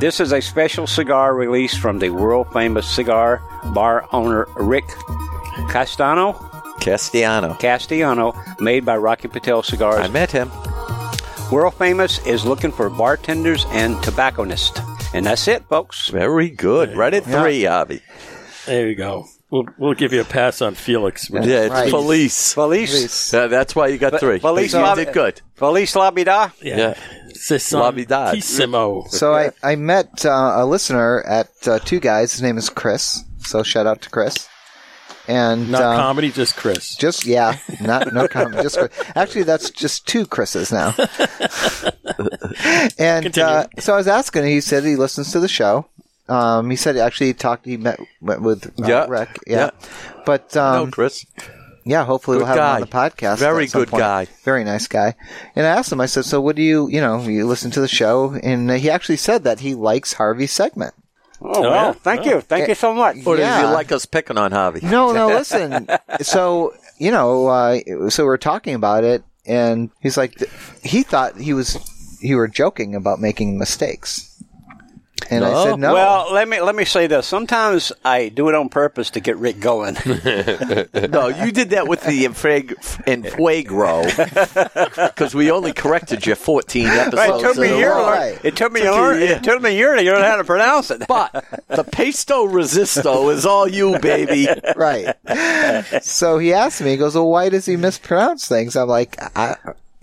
[SPEAKER 4] This is a special cigar release from the world famous cigar bar owner Rick Castano.
[SPEAKER 2] Castiano.
[SPEAKER 4] Castellano, made by Rocky Patel
[SPEAKER 2] I
[SPEAKER 4] Cigars.
[SPEAKER 2] met him.
[SPEAKER 4] World famous is looking for bartenders and tobacconists. And that's it, folks.
[SPEAKER 2] Very good. Right at three, Javi.
[SPEAKER 1] there you go. We'll, we'll give you a pass on Felix.
[SPEAKER 2] Yeah, it's
[SPEAKER 3] Right.
[SPEAKER 2] police.
[SPEAKER 4] Felice.
[SPEAKER 2] Yeah, that's why you got three.
[SPEAKER 4] Felice
[SPEAKER 2] But you
[SPEAKER 4] Lobby-
[SPEAKER 2] did good.
[SPEAKER 4] Felice Labida.
[SPEAKER 2] Yeah. Navidad.
[SPEAKER 1] Sissimo.
[SPEAKER 3] So I, I met uh, a listener at uh, Two Guys. His name is Chris. So shout out to Chris. And
[SPEAKER 1] Not
[SPEAKER 3] um,
[SPEAKER 1] comedy, just Chris.
[SPEAKER 3] just yeah, not no comment. Just Chris. actually, that's just two Chris's now. and uh, so I was asking. He said he listens to the show. Um, he said actually he talked. He met went with uh,
[SPEAKER 2] Yeah.
[SPEAKER 3] Rick. Yeah, but um,
[SPEAKER 2] no, Chris.
[SPEAKER 3] yeah, hopefully we'll
[SPEAKER 2] Good
[SPEAKER 3] have him on
[SPEAKER 2] guy.
[SPEAKER 3] the podcast.
[SPEAKER 2] Very
[SPEAKER 3] at some
[SPEAKER 2] good
[SPEAKER 3] point.
[SPEAKER 2] guy.
[SPEAKER 3] Very nice guy. And I asked him, I said, so what do you, you know, you listen to the show? And he actually said that he likes Harvey's segment.
[SPEAKER 4] Oh, well,
[SPEAKER 1] yeah.
[SPEAKER 4] thank you. Thank you so much.
[SPEAKER 2] Or
[SPEAKER 3] Yeah.
[SPEAKER 2] do you like us picking on Javi?
[SPEAKER 3] No, no, listen. so, you know, uh, so we are talking about it, and he's like, th- he thought he was, you were joking about making mistakes. And I said, no.
[SPEAKER 4] Well, let me let me say this. Sometimes I do it on purpose to get Rick going.
[SPEAKER 2] No, you did that with the infrag- Infuegro because we only corrected you 14
[SPEAKER 4] it
[SPEAKER 2] episodes.
[SPEAKER 4] took me
[SPEAKER 2] in
[SPEAKER 4] a
[SPEAKER 2] a
[SPEAKER 4] year.
[SPEAKER 2] row.
[SPEAKER 4] to learn-
[SPEAKER 3] right.
[SPEAKER 4] It took me
[SPEAKER 2] Took you
[SPEAKER 4] a
[SPEAKER 2] a
[SPEAKER 4] learn-
[SPEAKER 2] year.
[SPEAKER 4] It took me a year to learn how to pronounce it.
[SPEAKER 2] But the pesto resisto is all you, baby.
[SPEAKER 3] right. so he asked me, he goes, well, why does he mispronounce things? I'm like, I,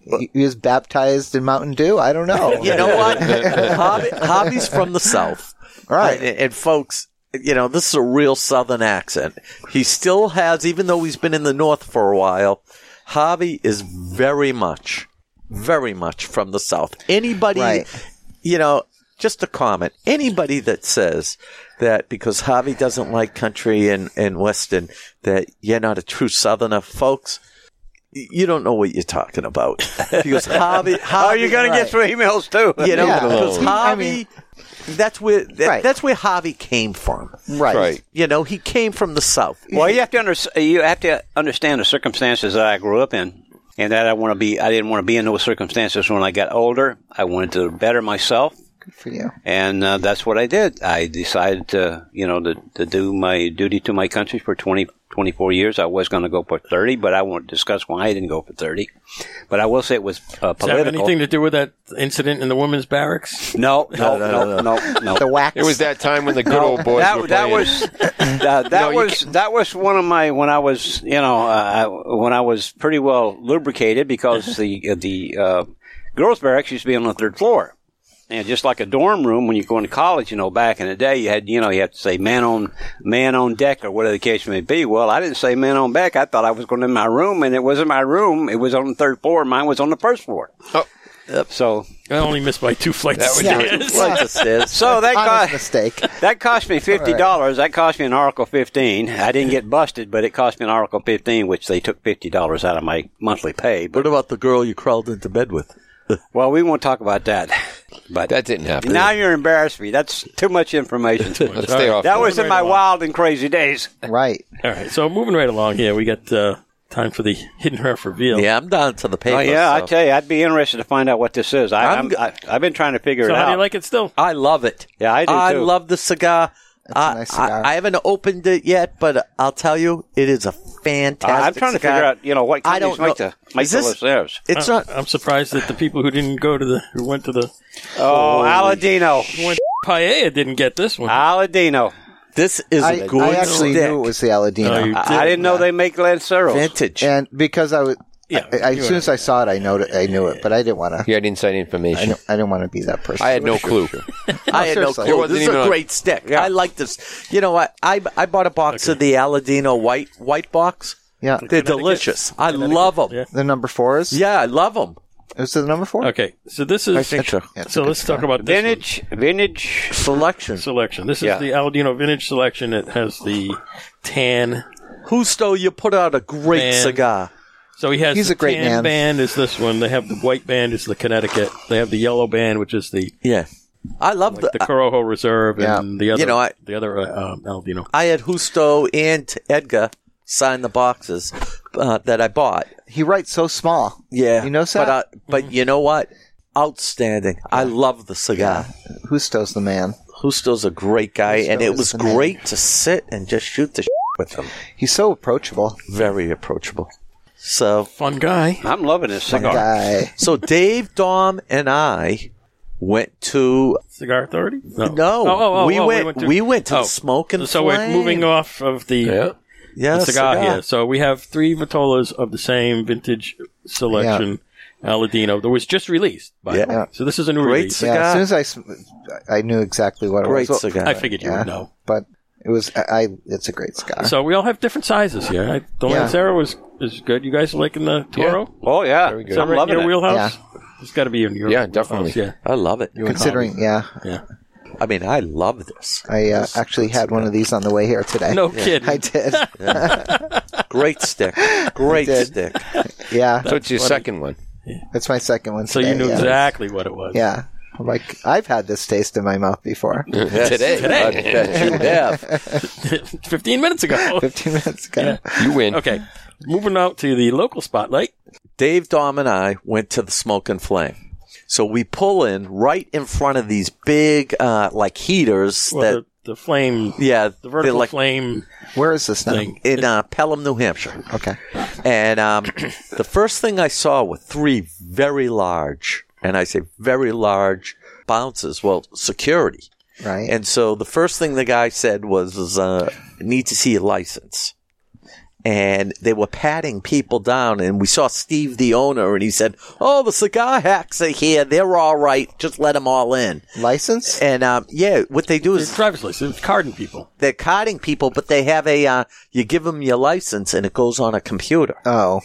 [SPEAKER 3] he he was baptized in Mountain Dew. I don't know.
[SPEAKER 2] You know what? Hobby, hobbies from the South.
[SPEAKER 3] Right.
[SPEAKER 2] And, and folks, you know, this is a real Southern accent. He still has, even though he's been in the North for a while, Hobby is very much, very much from the South. Anybody,
[SPEAKER 3] Right.
[SPEAKER 2] you know, just a comment. Anybody that says that because Hobby doesn't like country and, and Western, that you're not a true Southerner, folks, y- you don't know what you're talking about. Because Hobby, Hobby
[SPEAKER 4] Oh, you're going to get some emails too.
[SPEAKER 2] you know,
[SPEAKER 3] Yeah.
[SPEAKER 2] because
[SPEAKER 3] He- I
[SPEAKER 2] Hobby,
[SPEAKER 3] mean-
[SPEAKER 2] that's where that,
[SPEAKER 3] Right.
[SPEAKER 2] that's where Hobby came from.
[SPEAKER 3] Right.
[SPEAKER 5] Right.
[SPEAKER 2] You know, he came from the South.
[SPEAKER 4] Well, you have to under, you have to understand the circumstances that I grew up in, and that I want to be. I didn't want to be in those circumstances when I got older. I wanted to better myself,
[SPEAKER 3] Good for you.
[SPEAKER 4] and uh, that's what I did. I decided to, you know, to, to do my duty to my country for 20, 24 years. I was going to go for thirty, but I won't discuss why I didn't go for thirty. But I will say it was uh,
[SPEAKER 1] Does that have
[SPEAKER 4] political.
[SPEAKER 1] anything to do with that incident in the women's barracks?
[SPEAKER 4] no, no, no, no, no.
[SPEAKER 3] The wax.
[SPEAKER 5] It was that time when the good old boys
[SPEAKER 4] that,
[SPEAKER 5] were
[SPEAKER 4] that
[SPEAKER 5] playing.
[SPEAKER 4] was that, that
[SPEAKER 5] you
[SPEAKER 4] was that was one of my when I was you know uh, I- when I was pretty well lubricated because the uh, the uh, girls' barracks used to be on the third floor. And just like a dorm room, when you go into college, you know, back in the day, you had, you know, you had to say man on, man on deck or whatever the case may be. Well, I didn't say man on deck. I thought I was going in my room and it wasn't my room. It was on the third floor. Mine was on the first floor.
[SPEAKER 5] Oh.
[SPEAKER 4] So,
[SPEAKER 1] I only missed by two flights.
[SPEAKER 5] That was
[SPEAKER 1] of
[SPEAKER 5] it.
[SPEAKER 1] stairs.
[SPEAKER 2] Like this is.
[SPEAKER 4] so that
[SPEAKER 3] honest
[SPEAKER 4] got,
[SPEAKER 3] mistake.
[SPEAKER 4] That cost me fifty dollars. That cost me an Article fifteen. I didn't get busted, but it cost me an Article fifteen, which they took fifty dollars out of my monthly pay. But
[SPEAKER 2] What about the girl you crawled into bed with?
[SPEAKER 4] well, we won't talk about that. But
[SPEAKER 5] That didn't happen.
[SPEAKER 4] now you're embarrassed me. That's too much information.
[SPEAKER 5] Let's stay off.
[SPEAKER 4] that
[SPEAKER 5] that.
[SPEAKER 4] was in my wild and crazy days.
[SPEAKER 3] Right.
[SPEAKER 1] All right, so moving right along here, we got uh, time for the hidden half reveal.
[SPEAKER 2] Yeah, I'm down to the paper.
[SPEAKER 4] Oh yeah,
[SPEAKER 2] so-
[SPEAKER 4] I tell you, I'd be interested to find out what this is. I,
[SPEAKER 2] I'm
[SPEAKER 4] I'm,
[SPEAKER 2] g-
[SPEAKER 4] I, I've been trying to figure
[SPEAKER 1] So
[SPEAKER 4] it
[SPEAKER 1] how
[SPEAKER 4] out.
[SPEAKER 1] do you like it still?
[SPEAKER 2] I love it.
[SPEAKER 4] Yeah, I do,
[SPEAKER 2] I
[SPEAKER 4] too.
[SPEAKER 2] love the cigar.
[SPEAKER 3] a
[SPEAKER 2] I-
[SPEAKER 3] nice
[SPEAKER 2] I,
[SPEAKER 3] cigar.
[SPEAKER 2] I haven't opened it yet, but I'll tell you, it is a fantastic.
[SPEAKER 4] I- I'm trying to
[SPEAKER 2] cigar.
[SPEAKER 4] figure out, you know, what
[SPEAKER 2] I don't
[SPEAKER 4] companies make
[SPEAKER 2] know.
[SPEAKER 4] the make
[SPEAKER 2] Is
[SPEAKER 4] the
[SPEAKER 2] this-
[SPEAKER 4] list theirs.
[SPEAKER 2] It's not.
[SPEAKER 1] I'm surprised that the people who didn't go to the who went to the
[SPEAKER 4] Oh, Aladino,
[SPEAKER 1] went Paella didn't get this one.
[SPEAKER 4] Aladino.
[SPEAKER 2] This is
[SPEAKER 3] I,
[SPEAKER 2] a good.
[SPEAKER 3] I actually
[SPEAKER 2] stick.
[SPEAKER 3] knew it was the Aladino. Uh,
[SPEAKER 1] No, you
[SPEAKER 4] I didn't know they make Lanceros.
[SPEAKER 2] vintage.
[SPEAKER 3] and because I was,
[SPEAKER 1] Yeah,
[SPEAKER 3] I, I,
[SPEAKER 1] you
[SPEAKER 3] as soon as I saw it, I know I knew it, but I didn't want to.
[SPEAKER 5] You had inside information. I,
[SPEAKER 3] I didn't want to be that person.
[SPEAKER 5] had no clue.
[SPEAKER 2] I had no
[SPEAKER 3] seriously. It
[SPEAKER 2] clue.
[SPEAKER 5] wasn't
[SPEAKER 2] This is
[SPEAKER 5] even
[SPEAKER 2] a
[SPEAKER 5] a-
[SPEAKER 2] great stick. I like this. You know what? I I bought a box of the Aladino white white box.
[SPEAKER 3] Yeah,
[SPEAKER 2] They're delicious. I love them.
[SPEAKER 1] Yeah.
[SPEAKER 2] Yeah.
[SPEAKER 3] the number fours.
[SPEAKER 2] I love them.
[SPEAKER 3] is it the number four?
[SPEAKER 1] okay, so this is
[SPEAKER 2] think so.
[SPEAKER 3] Yeah, it's a
[SPEAKER 1] so
[SPEAKER 3] good
[SPEAKER 1] let's talk about this one.
[SPEAKER 4] Vintage, vintage.
[SPEAKER 2] Selection.
[SPEAKER 1] selection. This is
[SPEAKER 4] Yeah.
[SPEAKER 1] the Aladino vintage selection. It has the tan.
[SPEAKER 2] Husto, you put out a great
[SPEAKER 1] Man.
[SPEAKER 2] cigar.
[SPEAKER 1] So he has
[SPEAKER 3] He's
[SPEAKER 1] the
[SPEAKER 3] a great
[SPEAKER 1] tan
[SPEAKER 3] man.
[SPEAKER 1] band is this one. They have the white band is the Connecticut. They have the yellow band which is the
[SPEAKER 2] Yeah. I love
[SPEAKER 1] the
[SPEAKER 2] the.
[SPEAKER 1] Corojo Reserve and the other
[SPEAKER 2] You know, I-
[SPEAKER 1] the other uh, um, Aladino.
[SPEAKER 2] I had Husto and Edgar sign the boxes uh, that I bought.
[SPEAKER 3] He writes so small.
[SPEAKER 2] Yeah.
[SPEAKER 3] you know
[SPEAKER 2] But, I,
[SPEAKER 3] that.
[SPEAKER 2] but you know what? Outstanding. I love the cigar.
[SPEAKER 3] Husto's the man.
[SPEAKER 2] Husto's a great guy, and
[SPEAKER 3] Husto
[SPEAKER 2] it
[SPEAKER 3] is
[SPEAKER 2] was
[SPEAKER 3] the man.
[SPEAKER 2] great to sit and just shoot the shit with him.
[SPEAKER 3] He's so approachable.
[SPEAKER 2] very approachable. So,
[SPEAKER 1] Fun guy.
[SPEAKER 4] I'm loving this
[SPEAKER 3] Fun
[SPEAKER 4] cigar.
[SPEAKER 3] guy.
[SPEAKER 2] so Dave, Dom, and I went to
[SPEAKER 1] Cigar Authority? Oh, No.
[SPEAKER 2] No, we went- we went to the Smoke and
[SPEAKER 1] Oh. So we're
[SPEAKER 2] Flame.
[SPEAKER 1] moving off of the,
[SPEAKER 5] Yeah.
[SPEAKER 2] yeah,
[SPEAKER 1] the cigar, here. So we have three Vitolas of the same vintage selection Aladino that was just released. By
[SPEAKER 2] Yeah.
[SPEAKER 1] the way. So this is a new
[SPEAKER 2] Great
[SPEAKER 1] release.
[SPEAKER 2] cigar.
[SPEAKER 3] Yeah, as soon as I, sm- I knew exactly what it
[SPEAKER 2] Great
[SPEAKER 3] was. Well,
[SPEAKER 2] cigar.
[SPEAKER 1] I figured you
[SPEAKER 3] Yeah.
[SPEAKER 1] would know.
[SPEAKER 3] but it was I. I- It's a great cigar.
[SPEAKER 1] So we all have different sizes here. I, the
[SPEAKER 3] Yeah.
[SPEAKER 1] Lancero is, is good. You guys liking the Toro?
[SPEAKER 4] Oh yeah,
[SPEAKER 5] Very good.
[SPEAKER 1] Is that
[SPEAKER 4] I'm
[SPEAKER 1] right in
[SPEAKER 4] loving
[SPEAKER 1] your
[SPEAKER 4] it.
[SPEAKER 1] wheelhouse? It's got to be in your
[SPEAKER 5] Yeah,
[SPEAKER 1] wheelhouse,
[SPEAKER 5] definitely.
[SPEAKER 1] Yeah,
[SPEAKER 2] I love it.
[SPEAKER 1] You and
[SPEAKER 3] Considering, yeah,
[SPEAKER 1] Holly.
[SPEAKER 2] I mean, I love this.
[SPEAKER 3] I uh, actually had one of these on the way here today.
[SPEAKER 1] yeah, no kidding.
[SPEAKER 3] I did.
[SPEAKER 2] Great stick. Great
[SPEAKER 3] did.
[SPEAKER 2] stick.
[SPEAKER 3] Yeah,
[SPEAKER 5] So it's your second one.
[SPEAKER 3] that's my second one.
[SPEAKER 1] so you
[SPEAKER 3] today,
[SPEAKER 1] knew
[SPEAKER 3] yeah.
[SPEAKER 1] exactly what it was.
[SPEAKER 3] Yeah. I'm Like I've had this taste in my mouth before.
[SPEAKER 5] Today.
[SPEAKER 2] I bet you have.
[SPEAKER 1] fifteen minutes ago.
[SPEAKER 3] Fifteen minutes ago.
[SPEAKER 5] Uh, You win.
[SPEAKER 1] okay, moving out to the local spotlight.
[SPEAKER 2] Dave, Dom, and I went to the Smoke and Flame. So we pull in right in front of these big, uh, like heaters
[SPEAKER 1] Well,
[SPEAKER 2] that,
[SPEAKER 1] the, the flame,
[SPEAKER 2] yeah,
[SPEAKER 1] the
[SPEAKER 2] they're
[SPEAKER 1] vertical
[SPEAKER 2] like
[SPEAKER 1] flame
[SPEAKER 3] Where is this now?
[SPEAKER 1] thing.
[SPEAKER 2] in uh, Pelham, New Hampshire.
[SPEAKER 3] Okay.
[SPEAKER 2] And um, the first thing I saw were three very large, and I say very large bounces, well, security.
[SPEAKER 3] Right.
[SPEAKER 2] And so the first thing the guy said was, was uh, need to see a license. and they were patting people down. And we saw Steve, the owner, and he said, "Oh, the cigar hacks are here. They're all right. Just let them all in."
[SPEAKER 3] License?
[SPEAKER 2] And um, yeah, what they do
[SPEAKER 1] It's
[SPEAKER 2] is
[SPEAKER 1] driver's license. It's carding people.
[SPEAKER 2] they're carding people, but they have a uh, you give them your license, and it goes on a computer.
[SPEAKER 3] Oh,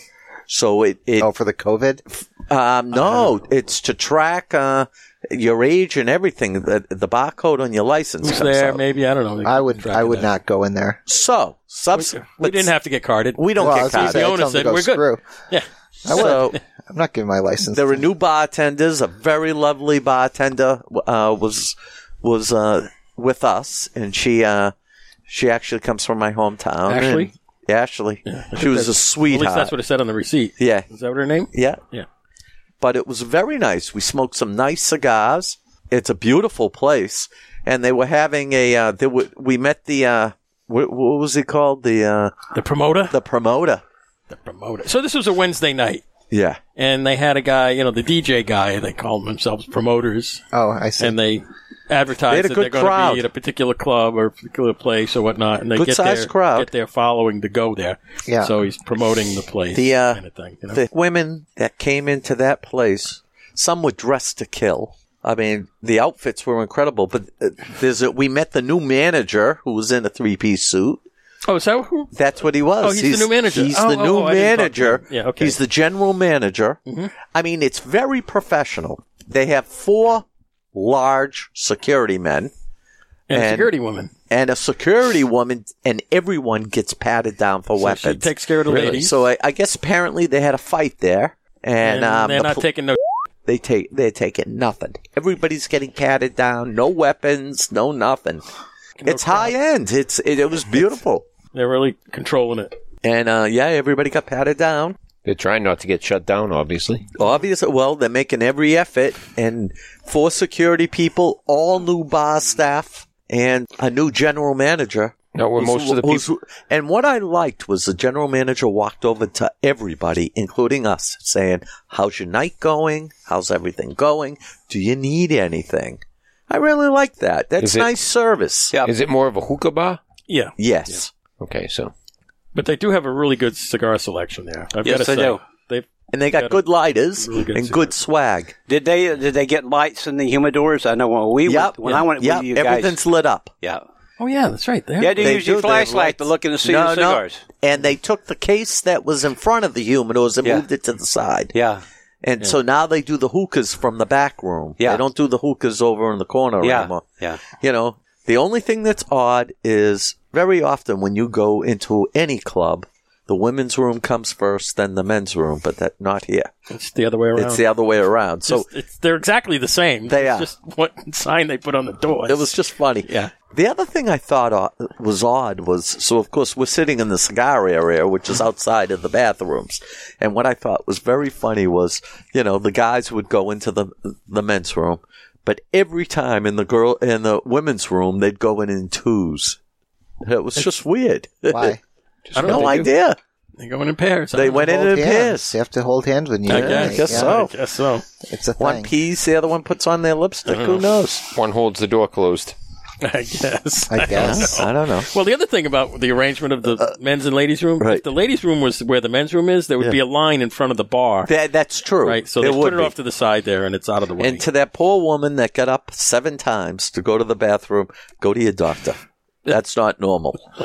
[SPEAKER 2] So it, it
[SPEAKER 3] oh, for the COVID.
[SPEAKER 2] um, no, it's to track uh, your age and everything. The, the barcode on your license.
[SPEAKER 1] Who's
[SPEAKER 2] comes
[SPEAKER 1] there?
[SPEAKER 2] out.
[SPEAKER 1] Maybe I don't know. They
[SPEAKER 3] I would,
[SPEAKER 1] track
[SPEAKER 3] I
[SPEAKER 1] it down.
[SPEAKER 3] would not go in there.
[SPEAKER 2] So, subs-
[SPEAKER 1] We,
[SPEAKER 2] but
[SPEAKER 1] didn't have to get carded.
[SPEAKER 2] We don't
[SPEAKER 3] Well, I
[SPEAKER 2] get
[SPEAKER 3] was gonna
[SPEAKER 2] caught.
[SPEAKER 1] The
[SPEAKER 3] say, I
[SPEAKER 1] owner
[SPEAKER 3] tell them
[SPEAKER 1] said,
[SPEAKER 3] to go
[SPEAKER 1] "We're good."
[SPEAKER 3] screw.
[SPEAKER 1] yeah.
[SPEAKER 3] I would.
[SPEAKER 2] So
[SPEAKER 3] I'm not giving my license.
[SPEAKER 2] there were new bartenders. A very lovely bartender uh, was was uh, with us, and she uh, she actually comes from my hometown. and-
[SPEAKER 1] Ashley?
[SPEAKER 2] Yeah, Ashley. she was a
[SPEAKER 1] At
[SPEAKER 2] sweetheart.
[SPEAKER 1] least that's what it said on the receipt.
[SPEAKER 2] yeah,
[SPEAKER 1] Is that what her name?
[SPEAKER 2] yeah,
[SPEAKER 1] Yeah.
[SPEAKER 2] but it was very nice. We smoked some nice cigars. It's a beautiful place, and they were having a. Uh, they were, we met the. Uh, what, what was it called? The uh,
[SPEAKER 1] The promoter.
[SPEAKER 2] the promoter.
[SPEAKER 1] The promoter. So this was a Wednesday night,
[SPEAKER 2] Yeah,
[SPEAKER 1] and they had a guy, you know, the DJ guy. They called themselves promoters,
[SPEAKER 3] oh, I see.
[SPEAKER 1] and they
[SPEAKER 2] They
[SPEAKER 1] advertise
[SPEAKER 2] had a
[SPEAKER 1] that
[SPEAKER 2] good
[SPEAKER 1] they're going to
[SPEAKER 2] crowd.
[SPEAKER 1] be at a particular club or a particular place or whatnot, and they get
[SPEAKER 2] Good-sized
[SPEAKER 1] their
[SPEAKER 2] crowd.
[SPEAKER 1] get their following to go there.
[SPEAKER 3] Yeah.
[SPEAKER 1] So he's promoting the place.
[SPEAKER 2] The, uh,
[SPEAKER 1] kind of thing. You know?
[SPEAKER 2] the women that came into that place, some were dressed to kill. I mean, the outfits were incredible. But uh, there's a, we met the new manager who was in a three piece suit.
[SPEAKER 1] oh, is that who?
[SPEAKER 2] That's what he was.
[SPEAKER 1] Oh, he's the new manager.
[SPEAKER 2] He's
[SPEAKER 1] Oh,
[SPEAKER 2] the
[SPEAKER 1] oh,
[SPEAKER 2] new
[SPEAKER 1] oh, I didn't talk to him.
[SPEAKER 2] manager.
[SPEAKER 1] Yeah, okay. Mm-hmm.
[SPEAKER 2] He's the general manager. I mean, it's very professional. They have four large security men
[SPEAKER 1] And,
[SPEAKER 2] And-
[SPEAKER 1] a security woman.
[SPEAKER 2] and a security woman, and everyone gets patted down for
[SPEAKER 1] So she
[SPEAKER 2] weapons.
[SPEAKER 1] takes care of the ladies.
[SPEAKER 2] so I, I guess apparently they had a fight there.
[SPEAKER 1] and
[SPEAKER 2] And, um,
[SPEAKER 1] they're
[SPEAKER 2] the
[SPEAKER 1] not
[SPEAKER 2] pol-
[SPEAKER 1] taking no.
[SPEAKER 2] They take they're taking nothing. Everybody's getting patted down. No weapons. No nothing. it's high end. It's it, it was beautiful.
[SPEAKER 1] They're really controlling it.
[SPEAKER 2] and uh, yeah, everybody got patted down.
[SPEAKER 5] They're trying not to get shut down, obviously.
[SPEAKER 2] Obviously, well, they're making every effort. And four security people, all new bar staff, and a new general manager.
[SPEAKER 5] Not where
[SPEAKER 2] Who's-
[SPEAKER 5] most of the
[SPEAKER 2] who's-
[SPEAKER 5] people.
[SPEAKER 2] And what I liked was the general manager walked over to everybody, including us, saying, How's your night going? How's everything going? Do you need anything? I really like that. That's
[SPEAKER 5] Is it-
[SPEAKER 2] nice service.
[SPEAKER 4] Yeah.
[SPEAKER 5] Is it more of a hookah bar?
[SPEAKER 1] Yeah.
[SPEAKER 2] Yes.
[SPEAKER 5] Okay, so
[SPEAKER 1] But they do have a really good cigar selection there. I've
[SPEAKER 4] Yes,
[SPEAKER 1] got to
[SPEAKER 4] they
[SPEAKER 1] say.
[SPEAKER 4] do.
[SPEAKER 1] They've
[SPEAKER 2] And they got,
[SPEAKER 1] Got a
[SPEAKER 2] good lighters
[SPEAKER 1] really good
[SPEAKER 2] and good swag.
[SPEAKER 4] Did they uh, did they get lights in the humidors? I know when we
[SPEAKER 2] Yep.
[SPEAKER 4] went, when I went
[SPEAKER 2] yep.
[SPEAKER 4] with you
[SPEAKER 2] Everything's
[SPEAKER 4] guys.
[SPEAKER 2] lit up.
[SPEAKER 4] Yeah.
[SPEAKER 1] Oh yeah, that's right. There.
[SPEAKER 4] You had to
[SPEAKER 2] They
[SPEAKER 4] use
[SPEAKER 2] do,
[SPEAKER 4] your
[SPEAKER 2] they have
[SPEAKER 4] flashlight to
[SPEAKER 2] lights.
[SPEAKER 4] look in the see
[SPEAKER 2] No,
[SPEAKER 4] the
[SPEAKER 2] no.
[SPEAKER 4] cigars.
[SPEAKER 2] And they took the case that was in front of the humidors and
[SPEAKER 4] Yeah.
[SPEAKER 2] moved it to the side.
[SPEAKER 4] Yeah.
[SPEAKER 2] And so now they do the hookahs from the back room.
[SPEAKER 4] Yeah.
[SPEAKER 2] They don't do the hookahs over in the corner
[SPEAKER 4] Yeah.
[SPEAKER 2] anymore.
[SPEAKER 4] Yeah.
[SPEAKER 2] You know, the only thing that's odd is very often when you go into any club, the women's room comes first, then the men's room, but that not here.
[SPEAKER 1] It's the other way around.
[SPEAKER 2] It's the other way around. So
[SPEAKER 1] It's- it's- they're exactly the same.
[SPEAKER 2] They
[SPEAKER 1] It's
[SPEAKER 2] are.
[SPEAKER 1] Just what sign they put on the door.
[SPEAKER 2] it was just funny.
[SPEAKER 1] Yeah.
[SPEAKER 2] The other thing I thought o- was odd was so, of course, we're sitting in the cigar area, which is outside of the bathrooms. And what I thought was very funny was, you know, the guys would go into the the men's room, but every time in the girl in the women's room, they'd go in in twos. It was just weird.
[SPEAKER 3] Why?
[SPEAKER 1] I don't know.
[SPEAKER 2] no
[SPEAKER 1] They, do.
[SPEAKER 2] idea.
[SPEAKER 1] they go in in pairs. I
[SPEAKER 2] They
[SPEAKER 1] don't
[SPEAKER 2] went in
[SPEAKER 3] Hold
[SPEAKER 2] in
[SPEAKER 3] hands.
[SPEAKER 2] pairs.
[SPEAKER 3] You have to hold hands when you.
[SPEAKER 1] know. I
[SPEAKER 3] urinate.
[SPEAKER 1] guess,
[SPEAKER 2] guess
[SPEAKER 1] yeah,
[SPEAKER 2] so.
[SPEAKER 1] I guess so.
[SPEAKER 3] It's a
[SPEAKER 2] One
[SPEAKER 3] thing.
[SPEAKER 2] pees, the other one puts on their lipstick.
[SPEAKER 1] Uh-huh.
[SPEAKER 2] Who knows?
[SPEAKER 5] one holds the door closed.
[SPEAKER 1] I guess.
[SPEAKER 3] I guess.
[SPEAKER 2] I don't know.
[SPEAKER 1] Well, the other thing about the arrangement of the men's and ladies' room,
[SPEAKER 2] right.
[SPEAKER 1] if the ladies' room was where the men's room is, there would be a line in front of the bar,
[SPEAKER 2] That, that's true.
[SPEAKER 1] right? So
[SPEAKER 2] There
[SPEAKER 1] they
[SPEAKER 2] would
[SPEAKER 1] put it
[SPEAKER 2] be.
[SPEAKER 1] off to the side there, and it's out of the way.
[SPEAKER 2] And to that poor woman that got up seven times to go to the bathroom, go to your doctor. That's not normal.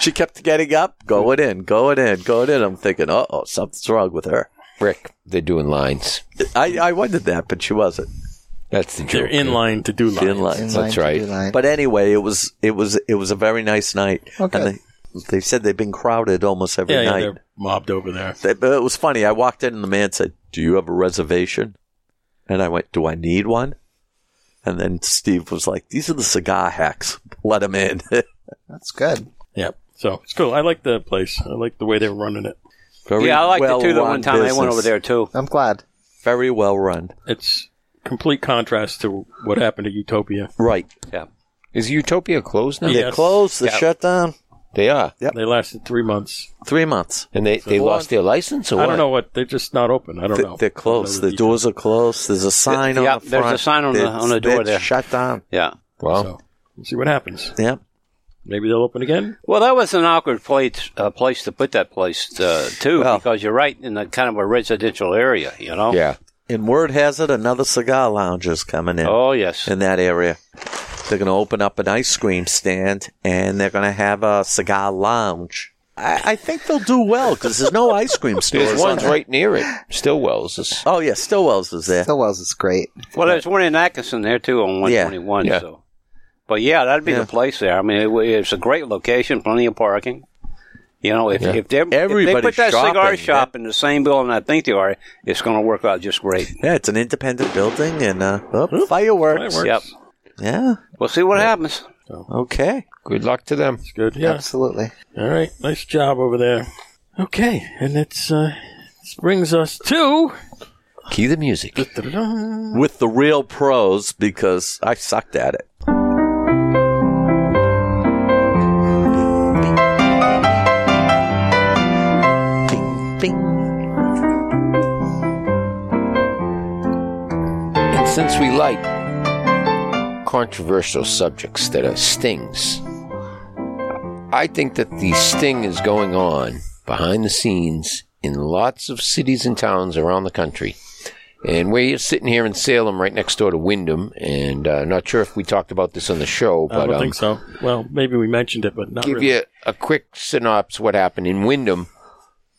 [SPEAKER 2] she kept getting up, going in, going in, going in. I'm thinking, uh oh, something's wrong with her.
[SPEAKER 5] Rick, they're doing lines.
[SPEAKER 2] I, I wondered that, but she wasn't.
[SPEAKER 5] That's the joke.
[SPEAKER 1] they're in line to do
[SPEAKER 2] She
[SPEAKER 1] line.
[SPEAKER 2] didn't like-
[SPEAKER 3] In
[SPEAKER 5] That's
[SPEAKER 3] line to
[SPEAKER 5] right.
[SPEAKER 3] do line.
[SPEAKER 2] But anyway, it was it was it was a very nice night.
[SPEAKER 3] Okay.
[SPEAKER 2] And they, they said they've been crowded almost every
[SPEAKER 1] Yeah, yeah,
[SPEAKER 2] night.
[SPEAKER 1] they're mobbed over there.
[SPEAKER 2] They- but it was funny. I walked in and the man said, Do you have a reservation? And I went, Do I need one? And then Steve was like, These are the cigar hacks. Let them in.
[SPEAKER 3] That's good.
[SPEAKER 1] Yeah. So it's cool. I like the place. I like the way they're running it.
[SPEAKER 2] Very
[SPEAKER 4] yeah, I liked
[SPEAKER 2] well
[SPEAKER 4] it too. The one
[SPEAKER 2] run
[SPEAKER 4] time I went
[SPEAKER 2] business.
[SPEAKER 4] over there too.
[SPEAKER 3] I'm glad.
[SPEAKER 2] Very well run.
[SPEAKER 1] It's complete contrast to what happened at Utopia.
[SPEAKER 2] Right.
[SPEAKER 4] Yeah.
[SPEAKER 5] Is Utopia closed now?
[SPEAKER 1] Yeah.
[SPEAKER 2] They
[SPEAKER 1] Yes.
[SPEAKER 2] closed, they
[SPEAKER 4] Yeah.
[SPEAKER 2] shut down.
[SPEAKER 5] They are.
[SPEAKER 1] They lasted three months.
[SPEAKER 2] Three months.
[SPEAKER 5] And they, they lost their license or
[SPEAKER 1] I
[SPEAKER 5] what?
[SPEAKER 1] don't know what they're just not open. I don't
[SPEAKER 2] They-
[SPEAKER 1] know.
[SPEAKER 2] They're closed. The doors are closed. There's a sign
[SPEAKER 4] yeah,
[SPEAKER 2] on the
[SPEAKER 4] there's
[SPEAKER 2] front.
[SPEAKER 4] a sign on the-
[SPEAKER 2] It's-
[SPEAKER 4] on the door
[SPEAKER 2] it's
[SPEAKER 4] there.
[SPEAKER 2] Shut down.
[SPEAKER 4] Yeah.
[SPEAKER 5] Wow.
[SPEAKER 1] So we'll see what happens.
[SPEAKER 2] Yep.
[SPEAKER 1] Maybe they'll open again.
[SPEAKER 4] Well, that was an awkward place uh, place to put that place uh, too,
[SPEAKER 2] Well-
[SPEAKER 4] because you're right in a kind of a residential area, you know.
[SPEAKER 5] Yeah.
[SPEAKER 2] And word has it, another cigar lounge is coming in
[SPEAKER 4] Oh yes.
[SPEAKER 2] in that area. They're going to open up an ice cream stand and they're going to have a cigar lounge. I, I think they'll do well because there's no ice cream stores.
[SPEAKER 5] There's
[SPEAKER 2] on
[SPEAKER 5] one's
[SPEAKER 2] there.
[SPEAKER 5] right near it. Stillwell's. Is,
[SPEAKER 2] Oh yeah, Stillwell's is there.
[SPEAKER 3] Stillwell's is great.
[SPEAKER 4] well, there's one in Atkinson there too on
[SPEAKER 2] Yeah.
[SPEAKER 4] 121.
[SPEAKER 5] Yeah.
[SPEAKER 4] So, but yeah, that'd be
[SPEAKER 2] Yeah.
[SPEAKER 4] the place there. I mean, it, w- it's a great location, plenty of parking. You know, if if, they, if they
[SPEAKER 2] Everybody's
[SPEAKER 4] put that cigar
[SPEAKER 2] shopping,
[SPEAKER 4] shop in the same building, I think they are, it's going to work out just great.
[SPEAKER 2] Yeah, it's an independent building and uh, oh, fireworks.
[SPEAKER 1] Fireworks.
[SPEAKER 4] Yep.
[SPEAKER 2] Yeah.
[SPEAKER 4] We'll see what happens.
[SPEAKER 2] Okay.
[SPEAKER 5] good luck to them.
[SPEAKER 1] It's good. Yeah.
[SPEAKER 3] Absolutely.
[SPEAKER 1] All right. Nice job over there. Okay, and it's uh, this brings us to
[SPEAKER 5] Cue the music.
[SPEAKER 1] Da-da-da.
[SPEAKER 2] With the real pros because I sucked at it. Bing, bing.
[SPEAKER 5] And since we like controversial subjects that are stings, I think that the sting is going on behind the scenes in lots of cities and towns around the country. And we're sitting here in Salem, right next door to Wyndham, and uh, not sure if we talked about this on the show, but
[SPEAKER 1] I don't
[SPEAKER 5] um,
[SPEAKER 1] think so. Well, maybe we mentioned it, but not
[SPEAKER 5] give
[SPEAKER 1] really.
[SPEAKER 5] you a quick synopsis what happened in Wyndham.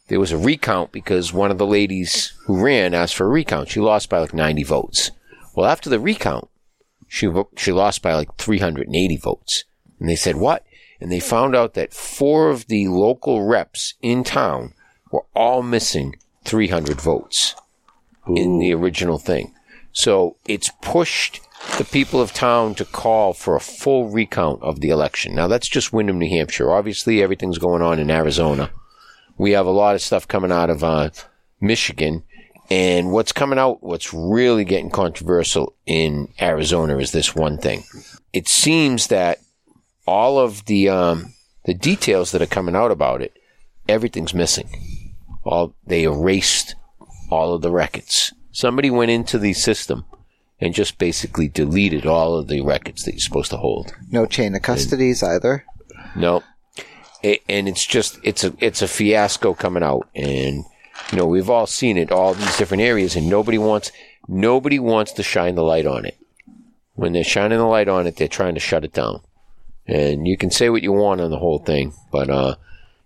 [SPEAKER 5] There was a recount because one of the ladies who ran asked for a recount. She lost by like 90 votes. Well, after the recount, she vo- she lost by like 380 votes. And they said, "What?" And they found out that four of the local reps in town were all missing 300 votes in the original thing. So it's pushed the people of town to call for a full recount of the election. Now that's just Wyndham, New Hampshire. Obviously, everything's going on in Arizona. We have a lot of stuff coming out of uh, Michigan, and what's coming out, what's really getting controversial in Arizona is this one thing. It seems that all of the um, the details that are coming out about it, everything's missing. All they erased all of the records. Somebody went into the system and just basically deleted all of the records that you're supposed to hold.
[SPEAKER 3] No chain of custodies either.
[SPEAKER 5] No, it, and it's just it's a it's a fiasco coming out, and you know we've all seen it all these different areas, and nobody wants nobody wants to shine the light on it. When they're shining the light on it, they're trying to shut it down, and you can say what you want on the whole thing, but uh,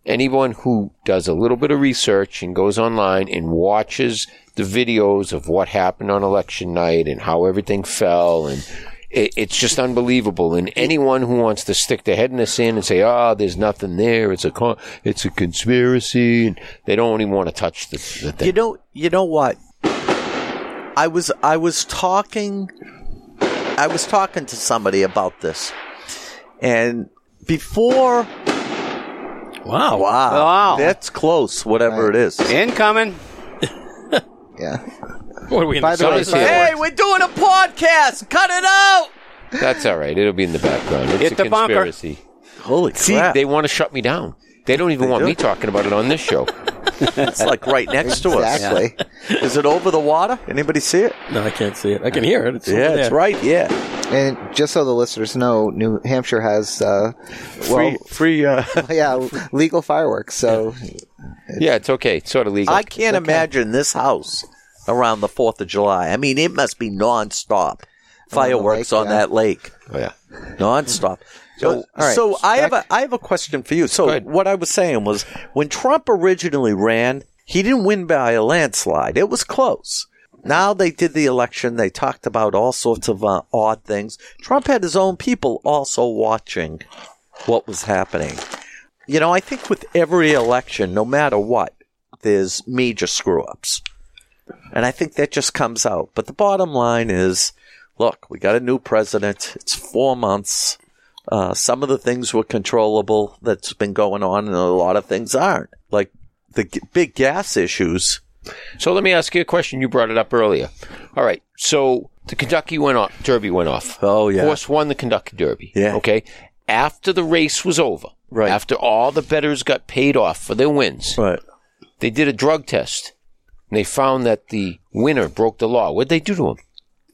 [SPEAKER 5] anyone who does a little bit of research and goes online and watches the videos of what happened on election night and how everything fell and it, it's just unbelievable. And anyone who wants to stick their head in the sand and say, "Ah, there's nothing there. It's a con- it's a conspiracy," and they don't even want to touch the, the thing.
[SPEAKER 2] You know, you know what? I was I was talking I was talking to somebody about this. And before
[SPEAKER 1] Wow.
[SPEAKER 2] wow,
[SPEAKER 4] Wow.
[SPEAKER 2] that's close whatever it is.
[SPEAKER 4] Incoming.
[SPEAKER 3] Yeah.
[SPEAKER 1] What are we in
[SPEAKER 3] By the
[SPEAKER 1] sun
[SPEAKER 3] way,
[SPEAKER 1] is
[SPEAKER 5] so-
[SPEAKER 1] here?
[SPEAKER 2] Hey, we're doing a podcast. Cut it out.
[SPEAKER 5] That's all right. It'll be in the background. It's
[SPEAKER 4] Hit
[SPEAKER 5] a
[SPEAKER 4] the bunker.
[SPEAKER 5] conspiracy.
[SPEAKER 2] Holy
[SPEAKER 5] See,
[SPEAKER 2] crap.
[SPEAKER 5] they want to shut me down. They don't even want
[SPEAKER 2] do.
[SPEAKER 5] me talking about it on this show.
[SPEAKER 2] it's like right next to us.
[SPEAKER 3] Exactly.
[SPEAKER 2] Is it over the water? Anybody see it?
[SPEAKER 1] No, I can't see it. I can hear it. It's over
[SPEAKER 2] yeah, it's
[SPEAKER 1] there.
[SPEAKER 2] right. Yeah.
[SPEAKER 3] And just so the listeners know, New Hampshire has, uh, well,
[SPEAKER 2] free uh,
[SPEAKER 3] yeah, legal fireworks. So
[SPEAKER 5] yeah, it's okay. It's sort of legal.
[SPEAKER 2] I can't imagine this house around the 4th of July. I mean, it must be nonstop fireworks
[SPEAKER 3] lake,
[SPEAKER 2] on
[SPEAKER 3] yeah.
[SPEAKER 2] that lake.
[SPEAKER 5] oh, yeah.
[SPEAKER 2] nonstop. So,
[SPEAKER 3] right,
[SPEAKER 2] so I have a I have a question for you. So
[SPEAKER 5] ahead.
[SPEAKER 2] what I was saying was when Trump originally ran, he didn't win by a landslide. It was close. Now they did the election. They talked about all sorts of uh, odd things. Trump had his own people also watching what was happening. You know, I think with every election, no matter what, there's major screw ups. And I think that just comes out. But the bottom line is look, we got a new president. It's four months. Uh, some of the things were controllable that's been going on, and a lot of things aren't. Like the g- big gas issues.
[SPEAKER 5] So let me ask you a question. You brought it up earlier. All right. So the Kentucky went off, Derby went off.
[SPEAKER 2] Oh, yeah.
[SPEAKER 5] Horse won the Kentucky Derby.
[SPEAKER 2] Yeah.
[SPEAKER 5] Okay. After the race was over,
[SPEAKER 2] Right.
[SPEAKER 5] After all the bettors got paid off for their wins,
[SPEAKER 2] Right.
[SPEAKER 5] they did a drug test, and they found that the winner broke the law. What would they do to him?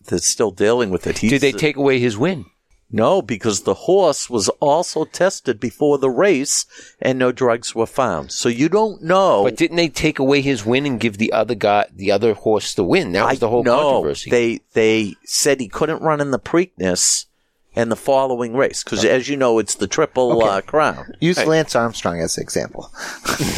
[SPEAKER 2] They're still dealing with it. He's,
[SPEAKER 5] Did they take away his win?
[SPEAKER 2] No, because the horse was also tested before the race and no drugs were found. So you don't know.
[SPEAKER 5] But didn't they take away his win and give the other guy, the other horse, the win? That was the whole
[SPEAKER 2] no,
[SPEAKER 5] controversy.
[SPEAKER 2] They they said he couldn't run in the Preakness and the following race because,
[SPEAKER 5] Oh.
[SPEAKER 2] as you know, it's the Triple uh, Crown.
[SPEAKER 3] Use Lance Armstrong as an example.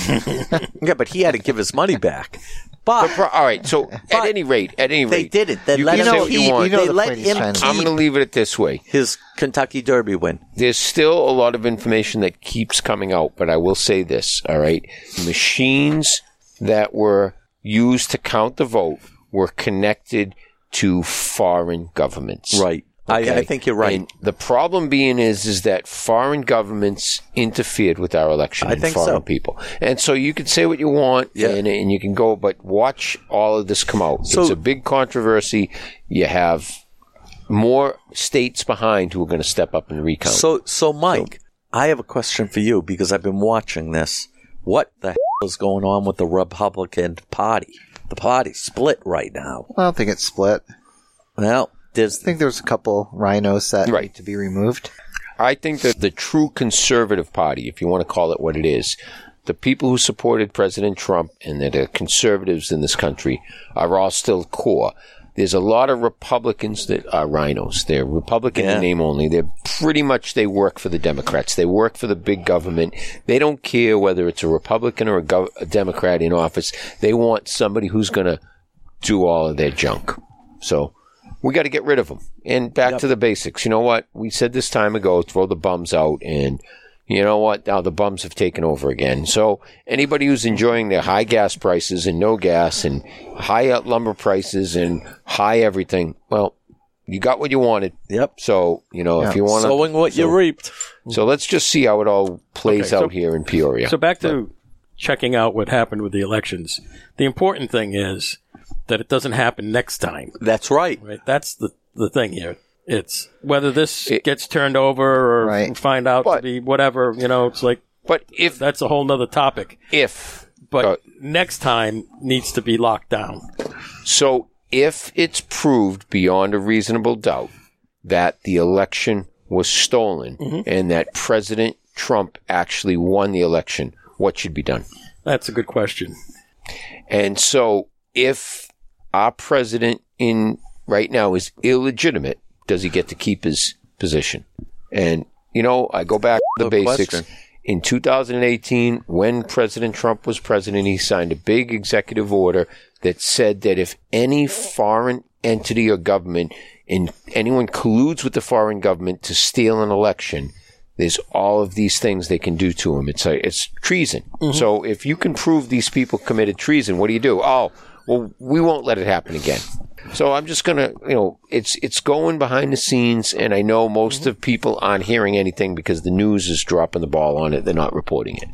[SPEAKER 2] Yeah, but he had to give his money back. But,
[SPEAKER 5] But pro- all right. So at any rate, at any
[SPEAKER 2] they
[SPEAKER 5] rate,
[SPEAKER 2] didn't. They
[SPEAKER 5] you
[SPEAKER 2] let
[SPEAKER 5] can
[SPEAKER 2] him
[SPEAKER 5] say what
[SPEAKER 2] keep.
[SPEAKER 5] you want.
[SPEAKER 3] You know
[SPEAKER 2] they
[SPEAKER 3] the
[SPEAKER 2] let
[SPEAKER 3] point he's
[SPEAKER 2] him
[SPEAKER 3] trying to
[SPEAKER 5] I'm
[SPEAKER 2] keep
[SPEAKER 5] going to leave it at this way.
[SPEAKER 2] his Kentucky Derby win.
[SPEAKER 5] There's still a lot of information that keeps coming out, but I will say this. All right, machines that were used to count the vote were connected to foreign governments.
[SPEAKER 2] Right. I, I
[SPEAKER 5] Okay.
[SPEAKER 2] think you're right.
[SPEAKER 5] And the problem being is, is that foreign governments interfered with our election.
[SPEAKER 2] I
[SPEAKER 5] and
[SPEAKER 2] think
[SPEAKER 5] foreign
[SPEAKER 2] so.
[SPEAKER 5] people, and so you can say what you want,
[SPEAKER 2] Yeah.
[SPEAKER 5] and, and you can go, but watch all of this come out.
[SPEAKER 2] So-
[SPEAKER 5] it's a big controversy. You have more states behind who are going to step up and recount.
[SPEAKER 2] So, so Mike, I have a question for you because I've been watching this. What the hell is going on with the Republican Party? The party's split right now.
[SPEAKER 3] I don't think it's split.
[SPEAKER 2] Well,
[SPEAKER 3] I
[SPEAKER 2] there's
[SPEAKER 3] think there was a couple rhinos that
[SPEAKER 5] Right.
[SPEAKER 3] need to be removed.
[SPEAKER 5] I think that the true conservative party, if you want to call it what it is, the people who supported President Trump and that are conservatives in this country are all still core. There's a lot of Republicans that are rhinos. They're Republican
[SPEAKER 2] Yeah.
[SPEAKER 5] in name only. They're pretty much, they work for the Democrats. They work for the big government. They don't care whether it's a Republican or a, gov- a Democrat in office. They want somebody who's going to do all of their junk. So we got to get rid of them. And back to the basics. You know what? We said this time ago throw the bums out. And you know what? Now the bums have taken over again. So anybody who's enjoying their high gas prices and no gas and high uh, lumber prices and high everything, well, you got what you wanted.
[SPEAKER 2] yep.
[SPEAKER 5] So, you know, if you want to.
[SPEAKER 2] Sowing what you reaped.
[SPEAKER 5] So let's just see how it all plays
[SPEAKER 1] Okay, so-
[SPEAKER 5] out here in Peoria.
[SPEAKER 1] So back to checking out what happened with the elections. The important thing is that it doesn't happen next time.
[SPEAKER 2] That's right.
[SPEAKER 1] Right? That's the the thing here. It's whether this
[SPEAKER 5] It-
[SPEAKER 1] gets turned over or
[SPEAKER 3] Right.
[SPEAKER 1] find out to
[SPEAKER 5] But-
[SPEAKER 1] be whatever. You know, it's like
[SPEAKER 5] but if,
[SPEAKER 1] that's a whole nother topic.
[SPEAKER 5] if
[SPEAKER 1] But
[SPEAKER 5] Uh,
[SPEAKER 1] next time needs to be locked down.
[SPEAKER 5] So if it's proved beyond a reasonable doubt that the election was stolen and that President Trump actually won the election, what should be done?
[SPEAKER 1] That's a good question.
[SPEAKER 5] And so if our president in right now is illegitimate, does he get to keep his position? And you know, I go back to the
[SPEAKER 2] Good
[SPEAKER 5] basics.
[SPEAKER 2] question.
[SPEAKER 5] In 2018, when President Trump was president, he signed a big executive order that said that if any foreign entity or government and anyone colludes with the foreign government to steal an election, there's all of these things they can do to him. It's like it's treason.
[SPEAKER 2] Mm-hmm.
[SPEAKER 5] So if you can prove these people committed treason, what do you do? Oh, well, we won't let it happen again. So I'm just gonna, you know, it's it's going behind the scenes, and I know most
[SPEAKER 1] Mm-hmm.
[SPEAKER 5] of people aren't hearing anything because the news is dropping the ball on it. They're not reporting it.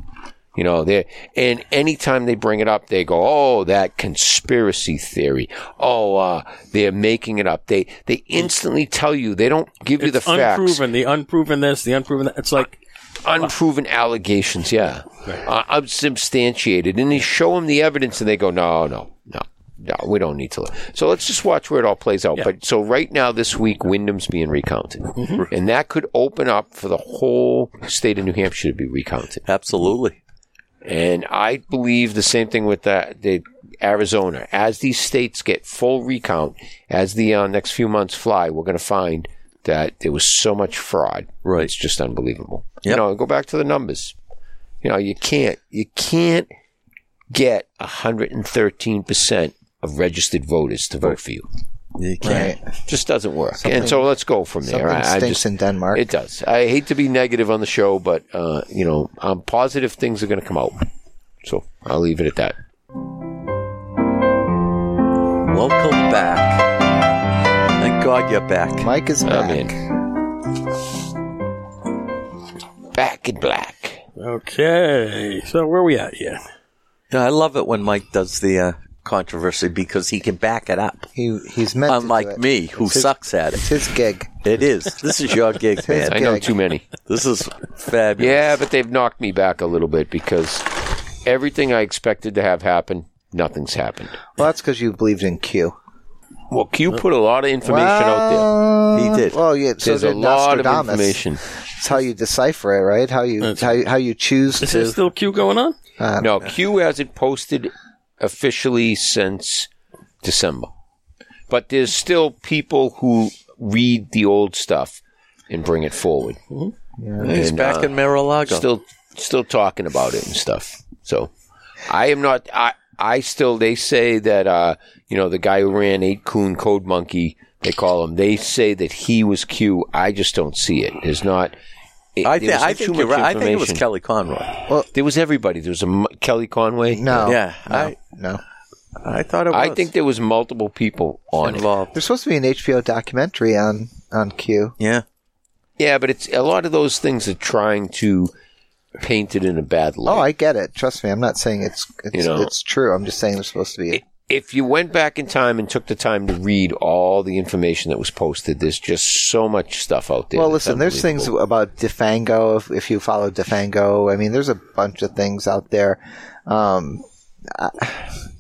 [SPEAKER 5] You know, they and anytime they bring it up, they go, "Oh, that conspiracy theory. Oh, uh, they're making it up." They they instantly tell you they don't give you the
[SPEAKER 1] It's
[SPEAKER 5] facts
[SPEAKER 1] unproven. The unproven this, the unproven that. It's like
[SPEAKER 5] unproven allegations, yeah, uh, unsubstantiated, and they show them the evidence, and they go, no, no, no, no, we don't need to. Look. So let's just watch where it all plays out. But so right now, this week, Wyndham's being recounted, and that could open up for the whole state of New Hampshire to be recounted.
[SPEAKER 2] Absolutely.
[SPEAKER 5] And I believe the same thing with the, the Arizona. As these states get full recount, as the uh, next few months fly, we're going to find that there was so much fraud.
[SPEAKER 2] Right.
[SPEAKER 5] It's just unbelievable.
[SPEAKER 2] Yep.
[SPEAKER 5] You know, go back to the numbers. You know, you can't you can't get 113% of registered voters to vote for you.
[SPEAKER 2] You can't.
[SPEAKER 5] Just doesn't work. and so let's go from there.
[SPEAKER 3] Something
[SPEAKER 5] I- I
[SPEAKER 3] stinks
[SPEAKER 5] just-
[SPEAKER 3] in Denmark.
[SPEAKER 5] it does. I hate to be negative on the show, but uh, you know, I'm positive things are going to come out. So I'll leave it at that.
[SPEAKER 2] Welcome back. Thank God you're back.
[SPEAKER 3] Mike is back.
[SPEAKER 5] I'm in. Back in black.
[SPEAKER 1] okay. So where we at here?
[SPEAKER 2] I love it when Mike does the uh, controversy because he can back it up.
[SPEAKER 3] He he's meant to
[SPEAKER 2] Unlike
[SPEAKER 3] do it.
[SPEAKER 2] me, who
[SPEAKER 3] It's his-
[SPEAKER 2] sucks at
[SPEAKER 3] It's
[SPEAKER 2] it.
[SPEAKER 3] his gig.
[SPEAKER 2] It is. This is your gig,
[SPEAKER 5] I
[SPEAKER 2] man.
[SPEAKER 5] know
[SPEAKER 3] Gag.
[SPEAKER 5] too many.
[SPEAKER 2] This is fabulous.
[SPEAKER 5] Yeah, but they've knocked me back a little bit because everything I expected to have happen, nothing's happened.
[SPEAKER 3] Well, that's because you believed in Q.
[SPEAKER 5] Well, Q put a lot of information out
[SPEAKER 3] Well,
[SPEAKER 2] He did.
[SPEAKER 3] Uh, Well, yeah.
[SPEAKER 5] there. There's
[SPEAKER 3] so
[SPEAKER 5] a
[SPEAKER 3] did
[SPEAKER 5] lot of
[SPEAKER 3] Nostradamus.
[SPEAKER 5] information.
[SPEAKER 3] It's how you decipher it, right? How you
[SPEAKER 1] That's-
[SPEAKER 3] how, you- how you choose
[SPEAKER 1] Is
[SPEAKER 3] to.
[SPEAKER 1] there still Q going on?
[SPEAKER 3] uh,
[SPEAKER 5] No, Q hasn't posted officially since December. But there's still people who read the old stuff and bring it forward.
[SPEAKER 2] Mm-hmm. He's
[SPEAKER 5] And,
[SPEAKER 2] back
[SPEAKER 5] uh,
[SPEAKER 2] in Mar-a-Lago.
[SPEAKER 5] Still still talking about it and stuff. So I am not I I still they say that uh you know the guy who ran eight coon code monkey they call him they say that he was Q. I just don't see it. There's not it-
[SPEAKER 2] I,
[SPEAKER 5] there
[SPEAKER 2] thi-
[SPEAKER 5] was
[SPEAKER 2] I
[SPEAKER 5] not too
[SPEAKER 2] think you're
[SPEAKER 5] much
[SPEAKER 2] right. I think it was
[SPEAKER 5] information.
[SPEAKER 2] Kelly Conroy.
[SPEAKER 5] There was everybody. There was a M- Kelly Conway.
[SPEAKER 3] No.
[SPEAKER 2] yeah,
[SPEAKER 3] Oh. No.
[SPEAKER 2] I-
[SPEAKER 3] no.
[SPEAKER 2] I thought it was.
[SPEAKER 5] I think there was multiple people on it.
[SPEAKER 2] involved.
[SPEAKER 3] There's supposed to be an HBO documentary on on Q.
[SPEAKER 2] Yeah.
[SPEAKER 5] Yeah, but it's a lot of those things are trying to paint it in a bad light.
[SPEAKER 3] Oh, I get it. Trust me, I'm not saying it's it's,
[SPEAKER 5] You know.
[SPEAKER 3] it's true. I'm just saying there's supposed to be.
[SPEAKER 5] if you went back in time and took the time to read all the information that was posted, there's just so much stuff out there.
[SPEAKER 3] well,
[SPEAKER 5] that's
[SPEAKER 3] listen, there's things
[SPEAKER 5] unbelievable.
[SPEAKER 3] about Defango. If, if you follow Defango, I mean, there's a bunch of things out there. Um,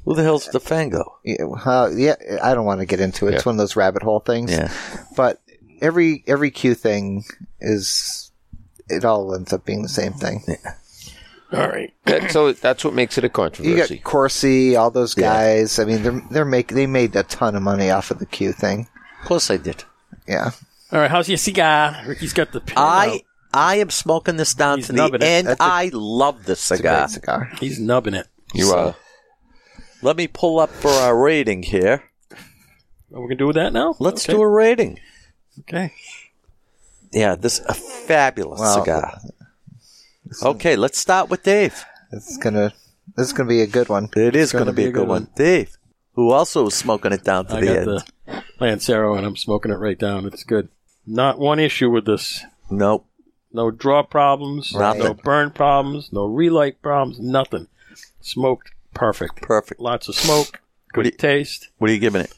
[SPEAKER 2] Who the hell's DeFango?
[SPEAKER 3] yeah, uh, yeah, I don't want to get into it. It's one of those rabbit hole things.
[SPEAKER 2] Yeah.
[SPEAKER 3] But every every Q thing is it all ends up being the same thing.
[SPEAKER 1] All right.
[SPEAKER 5] That- so that's what makes it a
[SPEAKER 3] You
[SPEAKER 5] controversy.
[SPEAKER 3] got Corsi, all those guys. I mean, they're they're make they made a ton of money off of the Q thing.
[SPEAKER 2] Of course I did.
[SPEAKER 3] Yeah.
[SPEAKER 1] All right. How's your cigar? Ricky's got the pin out.
[SPEAKER 2] I I am smoking this down
[SPEAKER 1] He's
[SPEAKER 2] to the
[SPEAKER 1] nubbing it.
[SPEAKER 2] end.
[SPEAKER 3] That's a-
[SPEAKER 2] I love this
[SPEAKER 3] It's a great
[SPEAKER 2] cigar.
[SPEAKER 3] cigar.
[SPEAKER 1] He's nubbing it.
[SPEAKER 5] you uh, are.
[SPEAKER 2] Let me pull up for our rating here.
[SPEAKER 1] Are we gonna do that now?
[SPEAKER 2] Let's
[SPEAKER 1] Okay.
[SPEAKER 2] do a rating.
[SPEAKER 1] Okay.
[SPEAKER 2] Yeah, this a fabulous
[SPEAKER 3] Wow.
[SPEAKER 2] cigar. Okay, let's start with Dave.
[SPEAKER 3] It's gonna. This is gonna be a good one.
[SPEAKER 2] It is going to be a good one. Dave, who also is smoking it down to
[SPEAKER 1] I
[SPEAKER 2] the
[SPEAKER 1] got
[SPEAKER 2] end.
[SPEAKER 1] the Lancero, and I'm smoking it right down. It's good. Not one issue with this.
[SPEAKER 2] Nope.
[SPEAKER 1] No draw problems. No
[SPEAKER 2] Nothing.
[SPEAKER 1] burn problems. No relight problems. Nothing. Smoked perfect.
[SPEAKER 2] Perfect.
[SPEAKER 1] Lots of smoke.
[SPEAKER 2] What do
[SPEAKER 1] Good
[SPEAKER 2] you-
[SPEAKER 1] taste.
[SPEAKER 2] What are you giving it?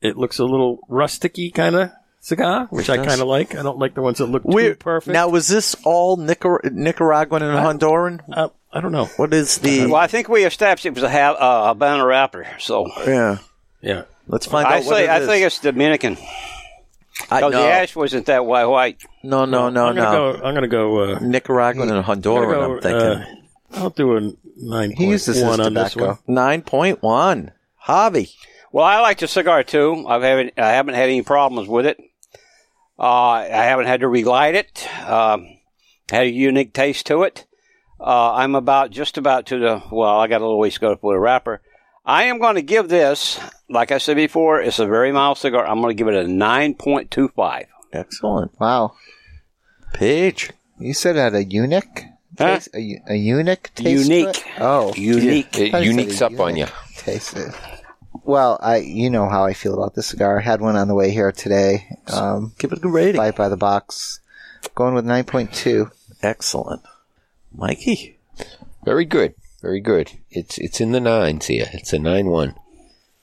[SPEAKER 1] It looks a little rusticy kind of cigar, which I
[SPEAKER 2] does.
[SPEAKER 1] kind of like. I don't like the ones that look too
[SPEAKER 2] We're-
[SPEAKER 1] perfect.
[SPEAKER 2] Now, was this all Nicar- Nicaraguan and Honduran?
[SPEAKER 1] uh, I don't know.
[SPEAKER 2] What is the?
[SPEAKER 4] Well, I think we established it was a ha- uh, Habana wrapper. So
[SPEAKER 2] yeah.
[SPEAKER 1] Yeah.
[SPEAKER 2] Let's find
[SPEAKER 4] I
[SPEAKER 2] out what
[SPEAKER 4] say
[SPEAKER 2] it
[SPEAKER 4] I
[SPEAKER 2] is.
[SPEAKER 4] think it's Dominican.
[SPEAKER 2] I-
[SPEAKER 4] No,
[SPEAKER 2] no,
[SPEAKER 4] the ash wasn't that white. White.
[SPEAKER 2] no, no, no,
[SPEAKER 1] I'm gonna
[SPEAKER 2] no.
[SPEAKER 1] go. I'm gonna go. Uh,
[SPEAKER 2] Nicaraguan and
[SPEAKER 1] I'm
[SPEAKER 2] Honduran.
[SPEAKER 1] gonna
[SPEAKER 2] I'm
[SPEAKER 1] go,
[SPEAKER 2] thinking
[SPEAKER 1] uh, I'll do a nine
[SPEAKER 3] He
[SPEAKER 1] point
[SPEAKER 3] uses his
[SPEAKER 1] one on this
[SPEAKER 3] tobacco.
[SPEAKER 1] one.
[SPEAKER 2] nine point one. Hobby.
[SPEAKER 4] Well, I like the cigar too. I've haven't I haven't had any problems with it. Uh, I haven't had to relight it. Um, had a unique taste to it. Uh, I'm about just about to the well. I got a little ways to go for the wrapper. I am going to give this, like I said before, it's a very mild cigar. I'm going to give it a nine point two five.
[SPEAKER 2] Excellent.
[SPEAKER 3] Wow.
[SPEAKER 2] Page.
[SPEAKER 3] You said it had a eunuch.
[SPEAKER 4] Huh?
[SPEAKER 3] Taste, a, eu- a eunuch taste. to
[SPEAKER 4] Unique.
[SPEAKER 3] it? Oh,
[SPEAKER 4] Unique.
[SPEAKER 5] It
[SPEAKER 3] I thought you said
[SPEAKER 5] uniques
[SPEAKER 3] a
[SPEAKER 5] up on you.
[SPEAKER 3] eunuch Taste it. Well, I you know how I feel about this cigar. I had one on the way here today. Um,
[SPEAKER 2] Give it a rating.
[SPEAKER 3] buy it by the box. Going with nine point two.
[SPEAKER 2] Excellent. Mikey.
[SPEAKER 5] Very good. Very good. It's it's in the nines here. It's a nine one.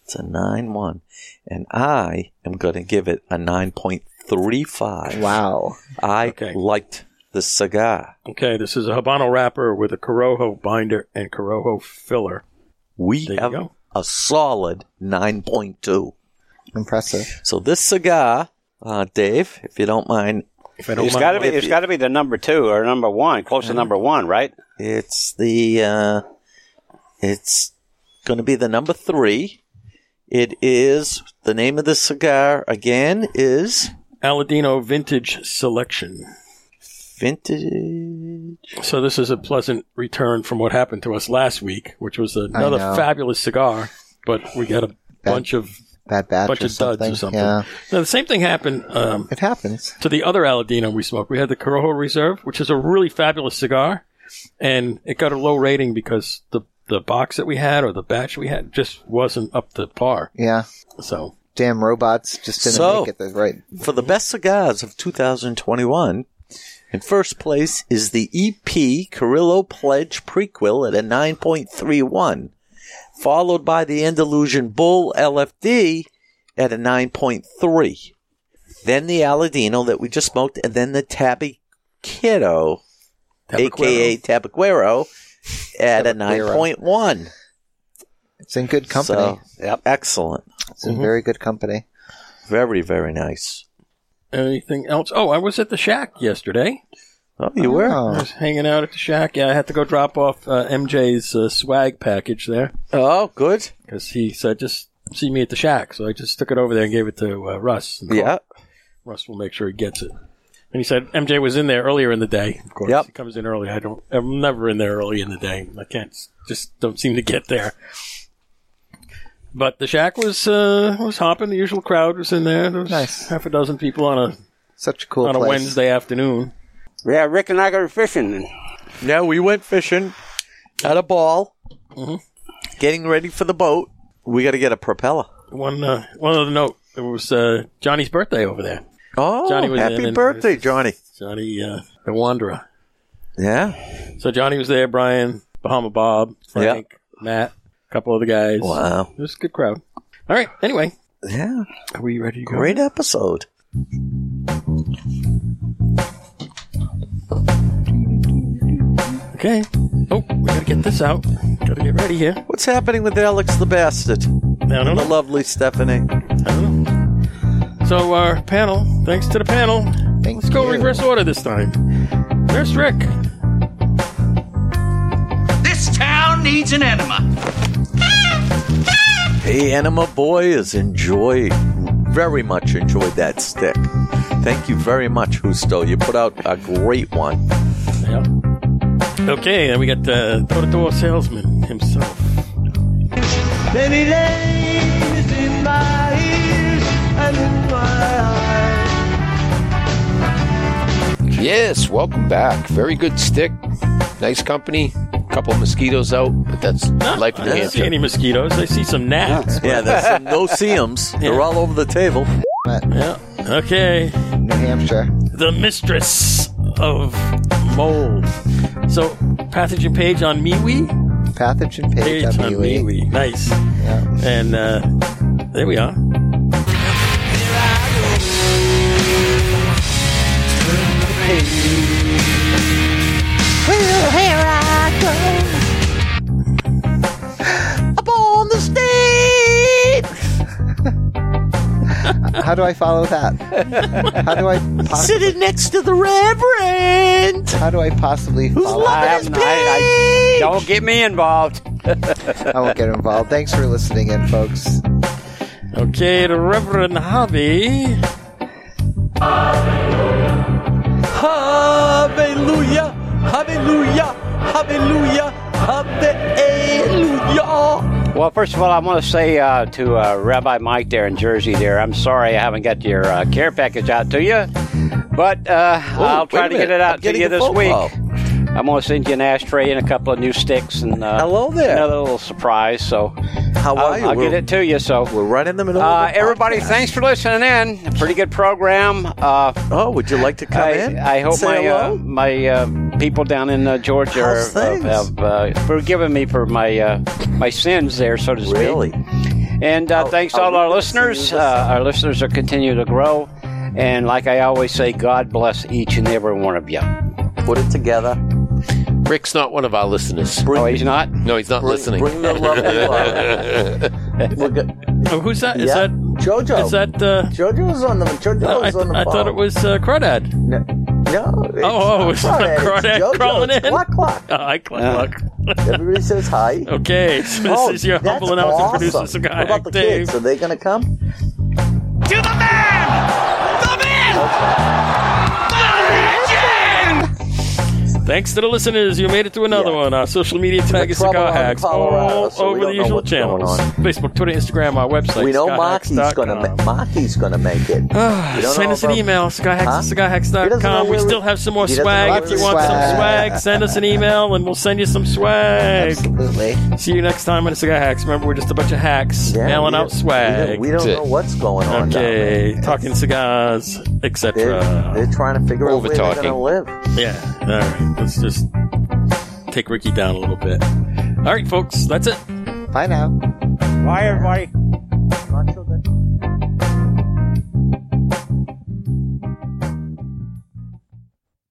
[SPEAKER 2] It's a nine one, and I am going to give it a nine point three five.
[SPEAKER 3] Wow.
[SPEAKER 2] I
[SPEAKER 1] Okay.
[SPEAKER 2] liked the cigar.
[SPEAKER 1] Okay, this is a Habano wrapper with a Corojo binder and Corojo filler.
[SPEAKER 2] We
[SPEAKER 1] There you
[SPEAKER 2] have
[SPEAKER 1] go.
[SPEAKER 2] a solid nine point two.
[SPEAKER 3] Impressive.
[SPEAKER 2] So this cigar, uh, Dave, if you don't mind,
[SPEAKER 1] If Mm-hmm. I don't
[SPEAKER 4] It's
[SPEAKER 1] mind
[SPEAKER 4] got to be.
[SPEAKER 1] what-
[SPEAKER 4] It's got to be the number two or number one, close to number one, right?
[SPEAKER 2] it's the uh, it's going to be the number three. It is the name of the cigar again is
[SPEAKER 1] Aladino Vintage Selection.
[SPEAKER 2] vintage.
[SPEAKER 1] So this is a pleasant return from what happened to us last week, which was another
[SPEAKER 3] know.
[SPEAKER 1] fabulous cigar, but we got a bunch of
[SPEAKER 3] Bad batch
[SPEAKER 1] bunch
[SPEAKER 3] or
[SPEAKER 1] of
[SPEAKER 3] something.
[SPEAKER 1] duds or something.
[SPEAKER 3] Yeah,
[SPEAKER 1] Now the same thing happened um,
[SPEAKER 3] it happens.
[SPEAKER 1] to the other Aladino we smoked. We had the Corojo Reserve, which is a really fabulous cigar, and it got a low rating because the the box that we had or the batch we had just wasn't up to par.
[SPEAKER 3] Yeah.
[SPEAKER 1] So
[SPEAKER 3] Damn robots just didn't
[SPEAKER 2] So-
[SPEAKER 3] make it the right.
[SPEAKER 2] For the best cigars of 2021, in first place is the EP Carrillo Pledge prequel at a 9.31, followed by the Andalusian Bull LFD at a 9.3, then the Aladino that we just smoked, and then the Tabby Kiddo, aka Tabaquero, at a
[SPEAKER 3] Tabaquero.
[SPEAKER 2] 9.1.
[SPEAKER 3] It's in good company.
[SPEAKER 2] So,
[SPEAKER 4] Yep.
[SPEAKER 2] excellent. Mm-hmm.
[SPEAKER 3] It's in very good company.
[SPEAKER 2] Very, very nice.
[SPEAKER 1] Anything else? Oh, I was at the shack yesterday.
[SPEAKER 2] Oh, you were?
[SPEAKER 1] I was hanging out at the shack. Yeah, I had to go drop off uh, MJ's uh, swag package there
[SPEAKER 2] Oh, good.
[SPEAKER 1] because he said just see me at the shack. So I just took it over there and gave it to uh, Russ. And
[SPEAKER 2] Yeah.
[SPEAKER 1] Russ will make sure he gets it. And he said MJ was in there earlier in the day. Of course,
[SPEAKER 2] Yep.
[SPEAKER 1] he comes in early. I don't. I'm never in there early in the day. I can't. Just don't seem to get there. But the shack was uh, was hopping. The usual crowd was in there. There was
[SPEAKER 3] Nice.
[SPEAKER 1] half a dozen people on a
[SPEAKER 3] Such a cool
[SPEAKER 1] on a
[SPEAKER 3] place.
[SPEAKER 1] Wednesday afternoon.
[SPEAKER 4] Yeah, Rick and I go fishing. And
[SPEAKER 2] Yeah, we went fishing at a ball, getting ready for the boat. We got to get a propeller.
[SPEAKER 1] One uh, one other note. It was uh, Johnny's birthday over there.
[SPEAKER 2] Oh,
[SPEAKER 1] Johnny was in
[SPEAKER 2] happy
[SPEAKER 1] and-
[SPEAKER 2] birthday, Johnny.
[SPEAKER 1] Johnny uh, the Wanderer.
[SPEAKER 2] Yeah.
[SPEAKER 1] So Johnny was there. Brian, Bahama Bob, Frank, Matt, a couple other guys.
[SPEAKER 2] Wow.
[SPEAKER 1] It was a good crowd. All right. Anyway,
[SPEAKER 2] Yeah.
[SPEAKER 1] are we ready to go?
[SPEAKER 2] Great episode.
[SPEAKER 1] Okay. Oh, we gotta get this out. Gotta get ready here.
[SPEAKER 2] What's happening with Alex the Bastard?
[SPEAKER 1] I don't
[SPEAKER 2] The
[SPEAKER 1] know.
[SPEAKER 2] lovely Stephanie.
[SPEAKER 1] I don't know. So our panel, thanks to the panel.
[SPEAKER 3] Thank
[SPEAKER 1] Let's go
[SPEAKER 3] you.
[SPEAKER 1] reverse order this time. There's Rick.
[SPEAKER 6] This town needs an enema.
[SPEAKER 2] Hey, Anima Boy is enjoy, very much enjoyed that stick. Thank you very much, Husto. You put out a great one.
[SPEAKER 1] Yep. Okay, and we got the door-to-door salesman himself.
[SPEAKER 5] Yes, welcome back. Very good stick. Nice company. Couple mosquitoes out, but that's life in
[SPEAKER 1] I
[SPEAKER 5] New
[SPEAKER 1] don't see
[SPEAKER 5] Hampshire.
[SPEAKER 1] any mosquitoes. I see some gnats.
[SPEAKER 2] Yeah, there's some no seams. They're all over the table.
[SPEAKER 1] Yeah. Okay.
[SPEAKER 3] New Hampshire.
[SPEAKER 1] The mistress of mold. So pathogen page on MeWe.
[SPEAKER 3] Pathogen page,
[SPEAKER 1] Page
[SPEAKER 3] E. page
[SPEAKER 1] on MeWe. Nice. And uh, there we are.
[SPEAKER 2] Up on the stage!
[SPEAKER 3] How do I follow that? how do I possibly,
[SPEAKER 2] Sitting next to the Reverend!
[SPEAKER 3] how do I possibly
[SPEAKER 2] Who's
[SPEAKER 3] follow?
[SPEAKER 2] loving
[SPEAKER 4] I
[SPEAKER 2] his
[SPEAKER 4] haven't- I-
[SPEAKER 2] page?
[SPEAKER 4] don't get me involved.
[SPEAKER 3] I won't get involved. Thanks for listening in, folks.
[SPEAKER 1] Okay, the Reverend Hobby.
[SPEAKER 2] Hallelujah! Hallelujah! Hallelujah! Hallelujah!
[SPEAKER 4] Well, first of all, I want to say uh, to uh, Rabbi Mike there in Jersey, there, I'm sorry I haven't got your uh, care package out to you, but uh, I'll try
[SPEAKER 2] wait a
[SPEAKER 4] to get
[SPEAKER 2] minute.
[SPEAKER 4] it
[SPEAKER 2] I'm
[SPEAKER 4] out to
[SPEAKER 2] getting
[SPEAKER 4] you
[SPEAKER 2] a
[SPEAKER 4] this
[SPEAKER 2] phone
[SPEAKER 4] week.
[SPEAKER 2] call.
[SPEAKER 4] I'm going to send you an ashtray and a couple of new sticks and uh,
[SPEAKER 2] Hello there.
[SPEAKER 4] another little surprise. So
[SPEAKER 2] How
[SPEAKER 4] I'll,
[SPEAKER 2] are you?
[SPEAKER 4] I'll
[SPEAKER 2] We're-
[SPEAKER 4] get it to you. So
[SPEAKER 2] We're right in the middle
[SPEAKER 4] uh,
[SPEAKER 2] of the
[SPEAKER 4] everybody,
[SPEAKER 2] podcast.
[SPEAKER 4] thanks for listening in. A pretty good program. Uh,
[SPEAKER 2] Oh, would you like to come in?
[SPEAKER 4] I, I hope
[SPEAKER 2] Say
[SPEAKER 4] my uh,
[SPEAKER 2] hello?
[SPEAKER 4] my uh, people down in uh, Georgia are,
[SPEAKER 2] How's
[SPEAKER 4] have,
[SPEAKER 2] things?
[SPEAKER 4] have uh, forgiven me for my uh, my sins there, so to speak.
[SPEAKER 2] really?
[SPEAKER 4] And uh, thanks to
[SPEAKER 2] are
[SPEAKER 4] all
[SPEAKER 2] we
[SPEAKER 4] our
[SPEAKER 2] gonna see
[SPEAKER 4] listeners.
[SPEAKER 2] you this-
[SPEAKER 4] Uh, our listeners are continuing to grow. And like I always say, God bless each and every one of you.
[SPEAKER 2] Put it together.
[SPEAKER 5] Rick's not one of our listeners.
[SPEAKER 4] Oh, he's not?
[SPEAKER 5] No, he's not listening.
[SPEAKER 2] Bring the lovely love. We're good.
[SPEAKER 1] Oh, who's that? Is
[SPEAKER 2] Yeah.
[SPEAKER 1] that
[SPEAKER 2] Jojo.
[SPEAKER 1] is that? Uh,
[SPEAKER 2] Jojo was on the Jojo
[SPEAKER 1] no, I,
[SPEAKER 2] was on the
[SPEAKER 1] I
[SPEAKER 2] phone.
[SPEAKER 1] thought it was uh, Crawdad.
[SPEAKER 2] No, no it's
[SPEAKER 1] Oh, oh,
[SPEAKER 2] not
[SPEAKER 1] it's not Crawdad
[SPEAKER 2] Jojo's.
[SPEAKER 1] crawling in?
[SPEAKER 2] Clock, clock.
[SPEAKER 1] Oh, I cluck, cluck.
[SPEAKER 2] Everybody says hi.
[SPEAKER 1] Okay, so this
[SPEAKER 2] Oh,
[SPEAKER 1] is your
[SPEAKER 2] that's
[SPEAKER 1] humble announcer
[SPEAKER 2] awesome.
[SPEAKER 1] producer, Sir
[SPEAKER 2] What about the
[SPEAKER 1] Dave.
[SPEAKER 2] kids? Are they going to come?
[SPEAKER 6] To the man! The man! The legend!
[SPEAKER 1] Thanks to the listeners, you made it to another
[SPEAKER 2] Yeah.
[SPEAKER 1] one. Our social media tag is
[SPEAKER 2] trouble
[SPEAKER 1] Cigar
[SPEAKER 2] in
[SPEAKER 1] Hacks,
[SPEAKER 2] Colorado,
[SPEAKER 1] all
[SPEAKER 2] so we
[SPEAKER 1] over
[SPEAKER 2] don't
[SPEAKER 1] the
[SPEAKER 2] know
[SPEAKER 1] usual
[SPEAKER 2] what's going
[SPEAKER 1] channels:
[SPEAKER 2] on.
[SPEAKER 1] Facebook, Twitter, Instagram, our website.
[SPEAKER 2] we know Marky's going to
[SPEAKER 1] cigarhacks.com.
[SPEAKER 2] Marky's going to make it. We
[SPEAKER 1] Send
[SPEAKER 2] don't know
[SPEAKER 1] us an
[SPEAKER 2] about-
[SPEAKER 1] email, cigarhacks
[SPEAKER 2] Huh? He doesn't know
[SPEAKER 1] cigarhacks.com. We
[SPEAKER 2] where we-
[SPEAKER 1] still have some more
[SPEAKER 2] He doesn't know
[SPEAKER 1] swag.
[SPEAKER 2] where
[SPEAKER 1] If you
[SPEAKER 2] we-
[SPEAKER 1] want some
[SPEAKER 3] Swag.
[SPEAKER 1] swag, send us an email and we'll send you some swag.
[SPEAKER 3] Absolutely.
[SPEAKER 1] See you next time on Cigar Hacks. Remember, we're just a bunch of hacks
[SPEAKER 2] Yeah,
[SPEAKER 1] mailing
[SPEAKER 2] we
[SPEAKER 1] out
[SPEAKER 2] don't-
[SPEAKER 1] swag.
[SPEAKER 2] We don't, we
[SPEAKER 5] That's
[SPEAKER 2] don't know
[SPEAKER 5] it.
[SPEAKER 2] what's going on. down there.
[SPEAKER 1] okay, talking cigars,
[SPEAKER 2] They're,
[SPEAKER 1] etc.
[SPEAKER 2] they're trying to figure out where they're going to
[SPEAKER 5] Over-talking.
[SPEAKER 2] live.
[SPEAKER 1] Yeah, all right. Let's just take Ricky down a little bit. All right, folks, that's it.
[SPEAKER 3] Bye now.
[SPEAKER 4] Bye, everybody.